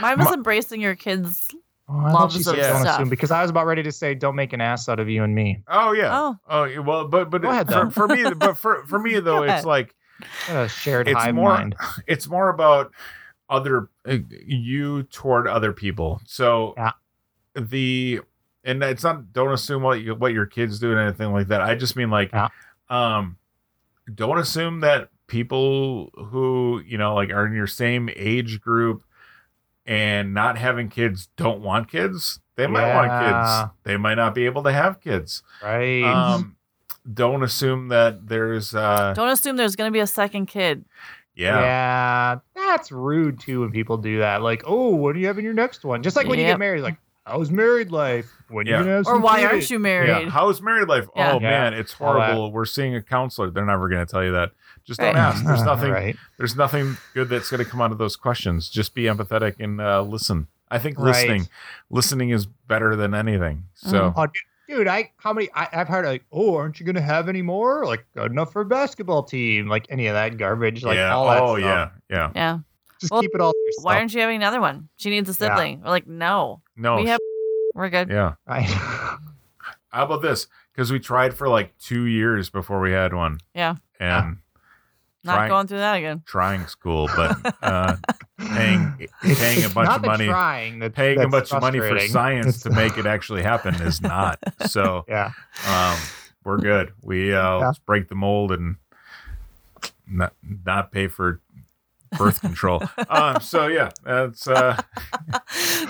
[SPEAKER 4] Mine was embracing your kids.
[SPEAKER 3] Oh, I thought
[SPEAKER 4] Loves
[SPEAKER 3] she
[SPEAKER 4] of
[SPEAKER 3] said don't
[SPEAKER 4] stuff.
[SPEAKER 3] assume because I was about ready to say don't make an ass out of you and me.
[SPEAKER 2] Oh yeah.
[SPEAKER 4] Oh,
[SPEAKER 2] Oh, yeah, well, but but
[SPEAKER 3] Go ahead,
[SPEAKER 2] for,
[SPEAKER 3] though.
[SPEAKER 2] for me, but for for me though,
[SPEAKER 4] Go
[SPEAKER 2] it's
[SPEAKER 4] ahead.
[SPEAKER 2] like
[SPEAKER 3] What a shared
[SPEAKER 2] It's
[SPEAKER 3] hive
[SPEAKER 2] more-
[SPEAKER 3] mind.
[SPEAKER 2] it's more about other uh, you toward other people. So
[SPEAKER 3] Yeah.
[SPEAKER 2] the and it's not don't assume what you, what your kids do and anything like that. I just mean like
[SPEAKER 3] Yeah.
[SPEAKER 2] um don't assume that people who, you know, like are in your same age group and not having kids don't want kids. They might
[SPEAKER 3] Yeah. Mm-hmm.
[SPEAKER 2] want kids. They might not be able to have kids.
[SPEAKER 3] Right.
[SPEAKER 2] Um don't assume that there's uh
[SPEAKER 4] don't assume there's going to be a second kid.
[SPEAKER 2] yeah.
[SPEAKER 3] That's rude too when people do that. Like, oh, when are you having your next one? Just like when you
[SPEAKER 4] Yep.
[SPEAKER 3] get married, like, how's married life? When
[SPEAKER 2] Yeah.
[SPEAKER 3] you gonna have
[SPEAKER 4] Or
[SPEAKER 3] some
[SPEAKER 4] why
[SPEAKER 3] kids?
[SPEAKER 4] aren't you married?
[SPEAKER 2] Yeah. How's married life?
[SPEAKER 4] Yeah.
[SPEAKER 2] Oh
[SPEAKER 3] Yeah.
[SPEAKER 2] man, it's
[SPEAKER 3] All that.
[SPEAKER 2] horrible. We're seeing a counselor. They're never going to tell you that. Just don't
[SPEAKER 4] Right.
[SPEAKER 2] ask. There's
[SPEAKER 3] <laughs> Uh,
[SPEAKER 2] nothing.
[SPEAKER 3] Right.
[SPEAKER 2] There's nothing good that's going to come out of those questions. Just be empathetic and uh, listen. I think
[SPEAKER 3] Right.
[SPEAKER 2] listening, listening is better than anything. So
[SPEAKER 3] Oh, dude, dude, I how many I, I've heard like, oh, aren't you gonna have any more? Like, good enough for a basketball team? Like any of that garbage? Like
[SPEAKER 2] yeah.
[SPEAKER 3] all that.
[SPEAKER 2] oh
[SPEAKER 3] stuff.
[SPEAKER 2] yeah. Yeah.
[SPEAKER 4] Yeah.
[SPEAKER 3] Just
[SPEAKER 4] Well,
[SPEAKER 3] keep it all. to
[SPEAKER 4] Why
[SPEAKER 3] yourself.
[SPEAKER 4] aren't you having another one? She needs a
[SPEAKER 3] Yeah. Oh,
[SPEAKER 4] sibling. We're like, no,
[SPEAKER 2] No.
[SPEAKER 4] we have. We're good.
[SPEAKER 2] yeah.
[SPEAKER 3] <laughs> Right.
[SPEAKER 2] How about this? Because we tried for like two years before we had one.
[SPEAKER 4] Yeah.
[SPEAKER 2] And
[SPEAKER 4] Not
[SPEAKER 2] Right.
[SPEAKER 4] going through that again. <laughs>
[SPEAKER 2] trying school, but
[SPEAKER 3] <laughs>
[SPEAKER 2] uh, paying paying a
[SPEAKER 3] It's
[SPEAKER 2] bunch
[SPEAKER 3] not
[SPEAKER 2] of
[SPEAKER 3] the
[SPEAKER 2] money.
[SPEAKER 3] Trying that,
[SPEAKER 2] paying a
[SPEAKER 3] that's
[SPEAKER 2] bunch of money for
[SPEAKER 3] frustrating.
[SPEAKER 2] science
[SPEAKER 3] It's-
[SPEAKER 2] to
[SPEAKER 3] <laughs>
[SPEAKER 2] make it actually happen is not. So
[SPEAKER 3] Yeah.
[SPEAKER 2] um, we're good. We uh,
[SPEAKER 3] Yeah.
[SPEAKER 2] let's break the mold and not not pay for birth
[SPEAKER 3] <laughs>
[SPEAKER 2] control. um, so yeah, that's uh,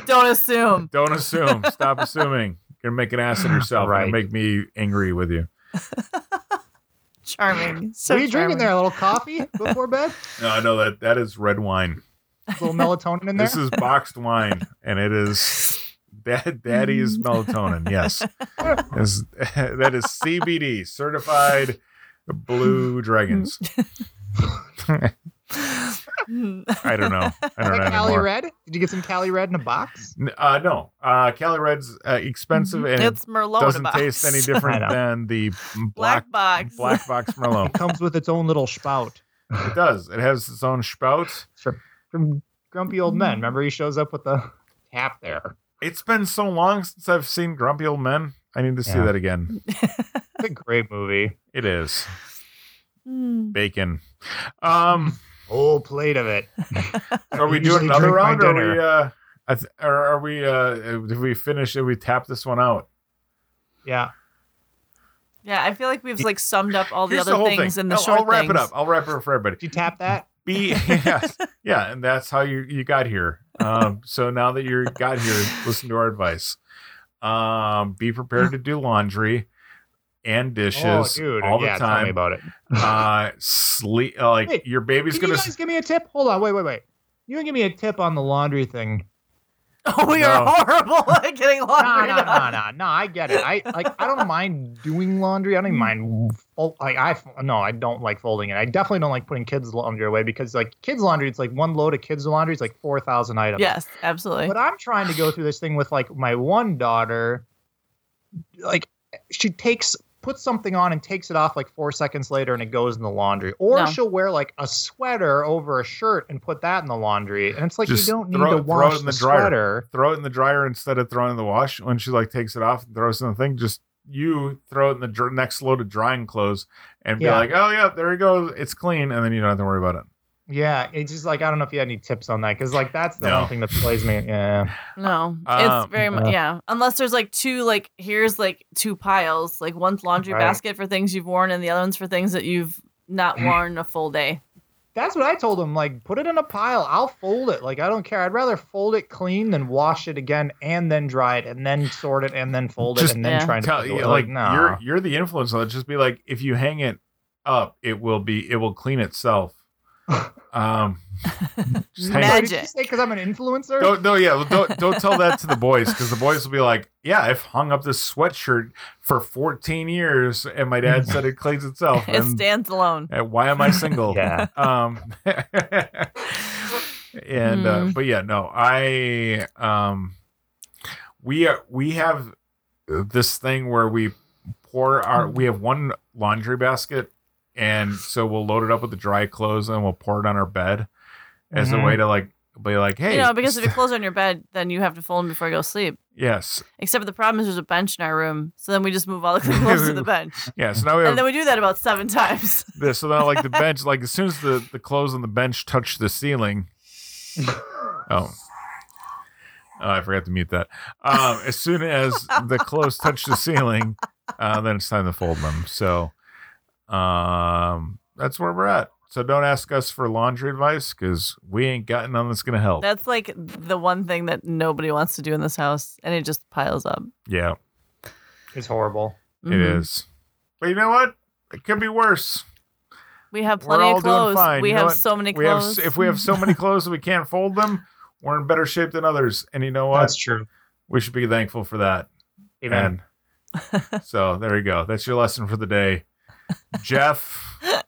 [SPEAKER 4] Don't
[SPEAKER 3] Um,
[SPEAKER 4] assume.
[SPEAKER 2] don't assume. Stop assuming. You're gonna make an ass of yourself. Right.
[SPEAKER 3] Right.
[SPEAKER 2] make me angry with you.
[SPEAKER 3] <laughs>
[SPEAKER 4] Charming. So
[SPEAKER 3] what are you drinking
[SPEAKER 4] charming.
[SPEAKER 3] there? A little coffee before
[SPEAKER 4] <laughs>
[SPEAKER 3] bed?
[SPEAKER 2] No, I know that that is red wine.
[SPEAKER 3] A little melatonin in there?
[SPEAKER 2] This
[SPEAKER 3] <laughs>
[SPEAKER 2] is boxed wine, and it is dad,
[SPEAKER 3] <laughs>
[SPEAKER 2] daddy's melatonin. Yes, This- <laughs> that is CBD certified blue dragons.
[SPEAKER 4] <laughs>
[SPEAKER 2] I don't know. I
[SPEAKER 3] Is
[SPEAKER 2] don't know
[SPEAKER 3] that Cali
[SPEAKER 2] anymore.
[SPEAKER 3] Red? Did you get some Cali Red in a box?
[SPEAKER 2] N- Uh, no, uh, Cali Red's uh, expensive and it
[SPEAKER 4] Mm-hmm. it's Merlot. in a
[SPEAKER 2] doesn't
[SPEAKER 4] box.
[SPEAKER 2] taste
[SPEAKER 4] <laughs>
[SPEAKER 2] any
[SPEAKER 3] I
[SPEAKER 2] different
[SPEAKER 3] know.
[SPEAKER 2] than the black
[SPEAKER 4] Black
[SPEAKER 3] <laughs>
[SPEAKER 4] box.
[SPEAKER 2] black
[SPEAKER 4] <laughs>
[SPEAKER 2] box Merlot.
[SPEAKER 3] Comes with its own little spout
[SPEAKER 2] it does. It has its own spout.
[SPEAKER 3] from Grumpy Old
[SPEAKER 4] Mm.
[SPEAKER 3] Men. Remember, he shows up with the tap there.
[SPEAKER 2] It's been so long since I've seen Grumpy Old Men. I need to see
[SPEAKER 3] Yeah.
[SPEAKER 2] that again.
[SPEAKER 3] It's a great movie.
[SPEAKER 2] It is
[SPEAKER 3] Hmm.
[SPEAKER 4] Mm.
[SPEAKER 2] bacon. Um.
[SPEAKER 3] Whole plate of it.
[SPEAKER 2] Are we doing
[SPEAKER 3] usually
[SPEAKER 2] another
[SPEAKER 3] drink my
[SPEAKER 2] round? Or are
[SPEAKER 3] dinner.
[SPEAKER 2] we? Uh, I th- or are we? Uh, did we finish? Did we tap this one out?
[SPEAKER 3] Yeah.
[SPEAKER 4] Yeah, I feel like we've like summed up all the
[SPEAKER 2] Here's
[SPEAKER 4] other
[SPEAKER 2] whole
[SPEAKER 4] things
[SPEAKER 2] thing.
[SPEAKER 4] in the
[SPEAKER 2] I'll,
[SPEAKER 4] short
[SPEAKER 2] I'll wrap it
[SPEAKER 4] things.
[SPEAKER 2] up. I'll wrap it up for everybody.
[SPEAKER 3] Did you tap that?
[SPEAKER 4] <laughs>
[SPEAKER 2] Be yes, yeah, and that's how you you got here.
[SPEAKER 4] <laughs>
[SPEAKER 2] Um, so now that you got here, listen to our advice. Um, be prepared to do laundry and dishes
[SPEAKER 3] oh, dude.
[SPEAKER 2] all the
[SPEAKER 3] yeah, Tell me
[SPEAKER 2] time.
[SPEAKER 3] about it.
[SPEAKER 2] Uh, sleep uh, like
[SPEAKER 3] Hey,
[SPEAKER 2] your baby's
[SPEAKER 3] Can you
[SPEAKER 2] gonna.
[SPEAKER 3] guys give me a tip? Hold on. Wait, wait, wait. You can give me a tip on the laundry thing.
[SPEAKER 4] Oh, <laughs> we are
[SPEAKER 2] No.
[SPEAKER 4] horrible at
[SPEAKER 3] <laughs>
[SPEAKER 4] getting
[SPEAKER 3] No,
[SPEAKER 4] laundry
[SPEAKER 3] no, no,
[SPEAKER 4] done.
[SPEAKER 3] no, no. I get it. I like. I don't mind doing laundry. I don't even mind. Fold, like I no, I don't like folding it. I definitely don't like putting kids' laundry away because like kids' laundry, it's like one load of kids' laundry is like four thousand items.
[SPEAKER 4] Yes, absolutely.
[SPEAKER 3] But I'm trying to go through this thing with like my one daughter. Like she takes puts something on and takes it off like four seconds later and it goes in the laundry. Or
[SPEAKER 4] No.
[SPEAKER 3] she'll wear like a sweater over a shirt and put that in the laundry. And it's like
[SPEAKER 2] Just
[SPEAKER 3] you don't need
[SPEAKER 2] throw- throw
[SPEAKER 3] to
[SPEAKER 2] it
[SPEAKER 3] wash
[SPEAKER 2] in
[SPEAKER 3] the,
[SPEAKER 2] the dryer.
[SPEAKER 3] sweater.
[SPEAKER 2] throw it in the dryer instead of throwing it in the wash. When she like takes it off and throws it in the thing, just you throw it in the dr- next load of drying clothes and be
[SPEAKER 3] Yeah.
[SPEAKER 2] like, oh yeah, there you go, it's clean, and then you don't have to worry about it.
[SPEAKER 3] Yeah, it's just like I don't know if you had any tips on that because like that's the
[SPEAKER 2] No.
[SPEAKER 3] one thing that plays me. Yeah,
[SPEAKER 4] No,
[SPEAKER 2] Um,
[SPEAKER 4] it's very much yeah. Unless there's like two like here's like two piles, like one's laundry
[SPEAKER 3] Right.
[SPEAKER 4] basket for things you've worn, and the other one's for things that you've
[SPEAKER 2] Mm.
[SPEAKER 4] not worn a full day. <laughs>
[SPEAKER 3] that's what I told him. Like, put it in a pile. I'll fold it. Like, I don't care. I'd rather fold it clean than wash it again and then dry it and then sort it and then fold
[SPEAKER 2] Just
[SPEAKER 3] it and then
[SPEAKER 4] Yeah.
[SPEAKER 3] try to
[SPEAKER 2] Tell
[SPEAKER 3] put it
[SPEAKER 2] you
[SPEAKER 3] away.
[SPEAKER 2] like
[SPEAKER 3] no.
[SPEAKER 2] you're you're the influencer. Let's Just be like, if you hang it up, it will be it will clean itself. um, just hang
[SPEAKER 4] Magic.
[SPEAKER 3] Because I'm an influencer.
[SPEAKER 2] Don't no yeah well, don't don't tell that to the boys because the boys will be like yeah I've hung up this sweatshirt for 14 years and my dad said it cleans itself
[SPEAKER 4] It
[SPEAKER 2] and
[SPEAKER 4] stands alone.
[SPEAKER 2] Uh, why am I single?
[SPEAKER 3] <laughs> <laughs> Yeah.
[SPEAKER 2] Um, and uh,
[SPEAKER 4] Mm.
[SPEAKER 2] but yeah, no, I um, we are we have this thing where we pour our
[SPEAKER 4] Hmm.
[SPEAKER 2] we have one laundry basket, and so we'll load it up with the dry clothes and we'll pour it on our bed as a
[SPEAKER 3] Mhm.
[SPEAKER 2] way to like be like hey
[SPEAKER 4] you know, Mm-hmm. because if your clothes are on your bed, then you have to fold them before you go to sleep.
[SPEAKER 2] <laughs> yes
[SPEAKER 4] Except for the problem is there's a bench in our room, so then we just move all the <laughs>
[SPEAKER 2] <laughs>
[SPEAKER 4] clothes to the bench,
[SPEAKER 2] yeah
[SPEAKER 4] <laughs>
[SPEAKER 2] so now we have
[SPEAKER 4] and then we do that about
[SPEAKER 2] <laughs>
[SPEAKER 4] seven times.
[SPEAKER 2] this so now like the bench like as soon as the the clothes on the bench touch the ceiling
[SPEAKER 3] Mm-hmm.
[SPEAKER 2] oh Oh, I forgot to mute that. Um, as soon as the clothes touch the ceiling, uh, then it's time to fold them. So um, that's where we're at. So don't ask us for laundry advice because we ain't got none that's gonna help.
[SPEAKER 4] That's like the one thing that nobody wants to do in this house, and it just piles up.
[SPEAKER 2] yeah,
[SPEAKER 3] It's horrible.
[SPEAKER 2] it
[SPEAKER 4] Mhm.
[SPEAKER 2] is. But you know what? It could be worse.
[SPEAKER 4] We have
[SPEAKER 2] We're
[SPEAKER 4] plenty
[SPEAKER 2] all
[SPEAKER 4] of
[SPEAKER 2] doing
[SPEAKER 4] clothes.
[SPEAKER 2] fine.
[SPEAKER 4] We
[SPEAKER 2] You know
[SPEAKER 4] have
[SPEAKER 2] what?
[SPEAKER 4] so many
[SPEAKER 2] We have
[SPEAKER 4] clothes. <laughs>
[SPEAKER 2] if we have so many clothes that we can't fold them, we're in better shape than others. And you know what?
[SPEAKER 3] true.
[SPEAKER 2] we should be thankful for that.
[SPEAKER 3] Amen.
[SPEAKER 2] And so there you go. That's your lesson for the day. Jeff, it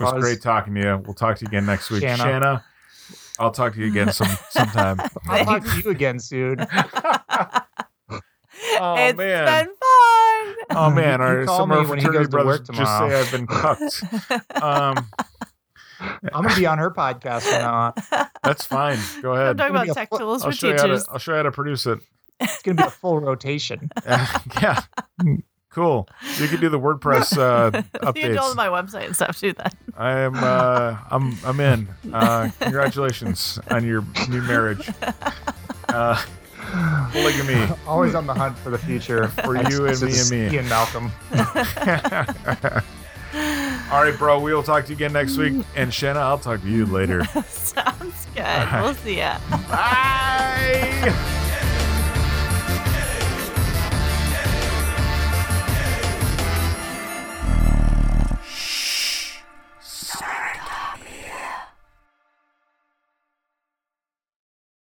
[SPEAKER 2] was
[SPEAKER 3] Buzz.
[SPEAKER 2] great talking to you. We'll talk to you again next week. Shanna,
[SPEAKER 3] Shanna.
[SPEAKER 2] I'll talk to you again <laughs> some sometime.
[SPEAKER 3] I'll talk to you again soon.
[SPEAKER 2] <laughs> oh
[SPEAKER 4] it's
[SPEAKER 2] man.
[SPEAKER 4] been fun.
[SPEAKER 2] Oh man,
[SPEAKER 3] You
[SPEAKER 2] our
[SPEAKER 3] call
[SPEAKER 2] some of our
[SPEAKER 3] me when he
[SPEAKER 2] fraternity
[SPEAKER 3] goes to
[SPEAKER 2] brothers
[SPEAKER 3] work
[SPEAKER 2] just say
[SPEAKER 3] tomorrow.
[SPEAKER 2] I've been cucked. Um,
[SPEAKER 3] I'm gonna be on her podcast from now. on.
[SPEAKER 2] that's fine. <laughs> Go
[SPEAKER 4] I'm
[SPEAKER 2] ahead.
[SPEAKER 4] talking about
[SPEAKER 3] Give me a
[SPEAKER 4] tech
[SPEAKER 3] foot-
[SPEAKER 4] tools
[SPEAKER 2] I'll
[SPEAKER 4] for
[SPEAKER 2] show, you how to,
[SPEAKER 4] teachers.
[SPEAKER 2] I'll show you how to produce it.
[SPEAKER 3] It's gonna be a full rotation.
[SPEAKER 2] yeah. <laughs> Cool. <laughs> You can do the WordPress uh,
[SPEAKER 4] <laughs> you can go
[SPEAKER 2] updates.
[SPEAKER 4] on my website and stuff. Do that. <laughs>
[SPEAKER 2] I'm uh, I'm I'm in. Uh, congratulations on your new marriage. Uh, polygamy.
[SPEAKER 3] Always on the hunt for the <laughs> future for
[SPEAKER 2] you and me and me.
[SPEAKER 3] Ian Malcolm.
[SPEAKER 2] All right, bro. We will talk to you again next week. And Shanna, I'll talk to you later. <laughs>
[SPEAKER 4] Sounds good. We'll see ya.
[SPEAKER 2] Bye.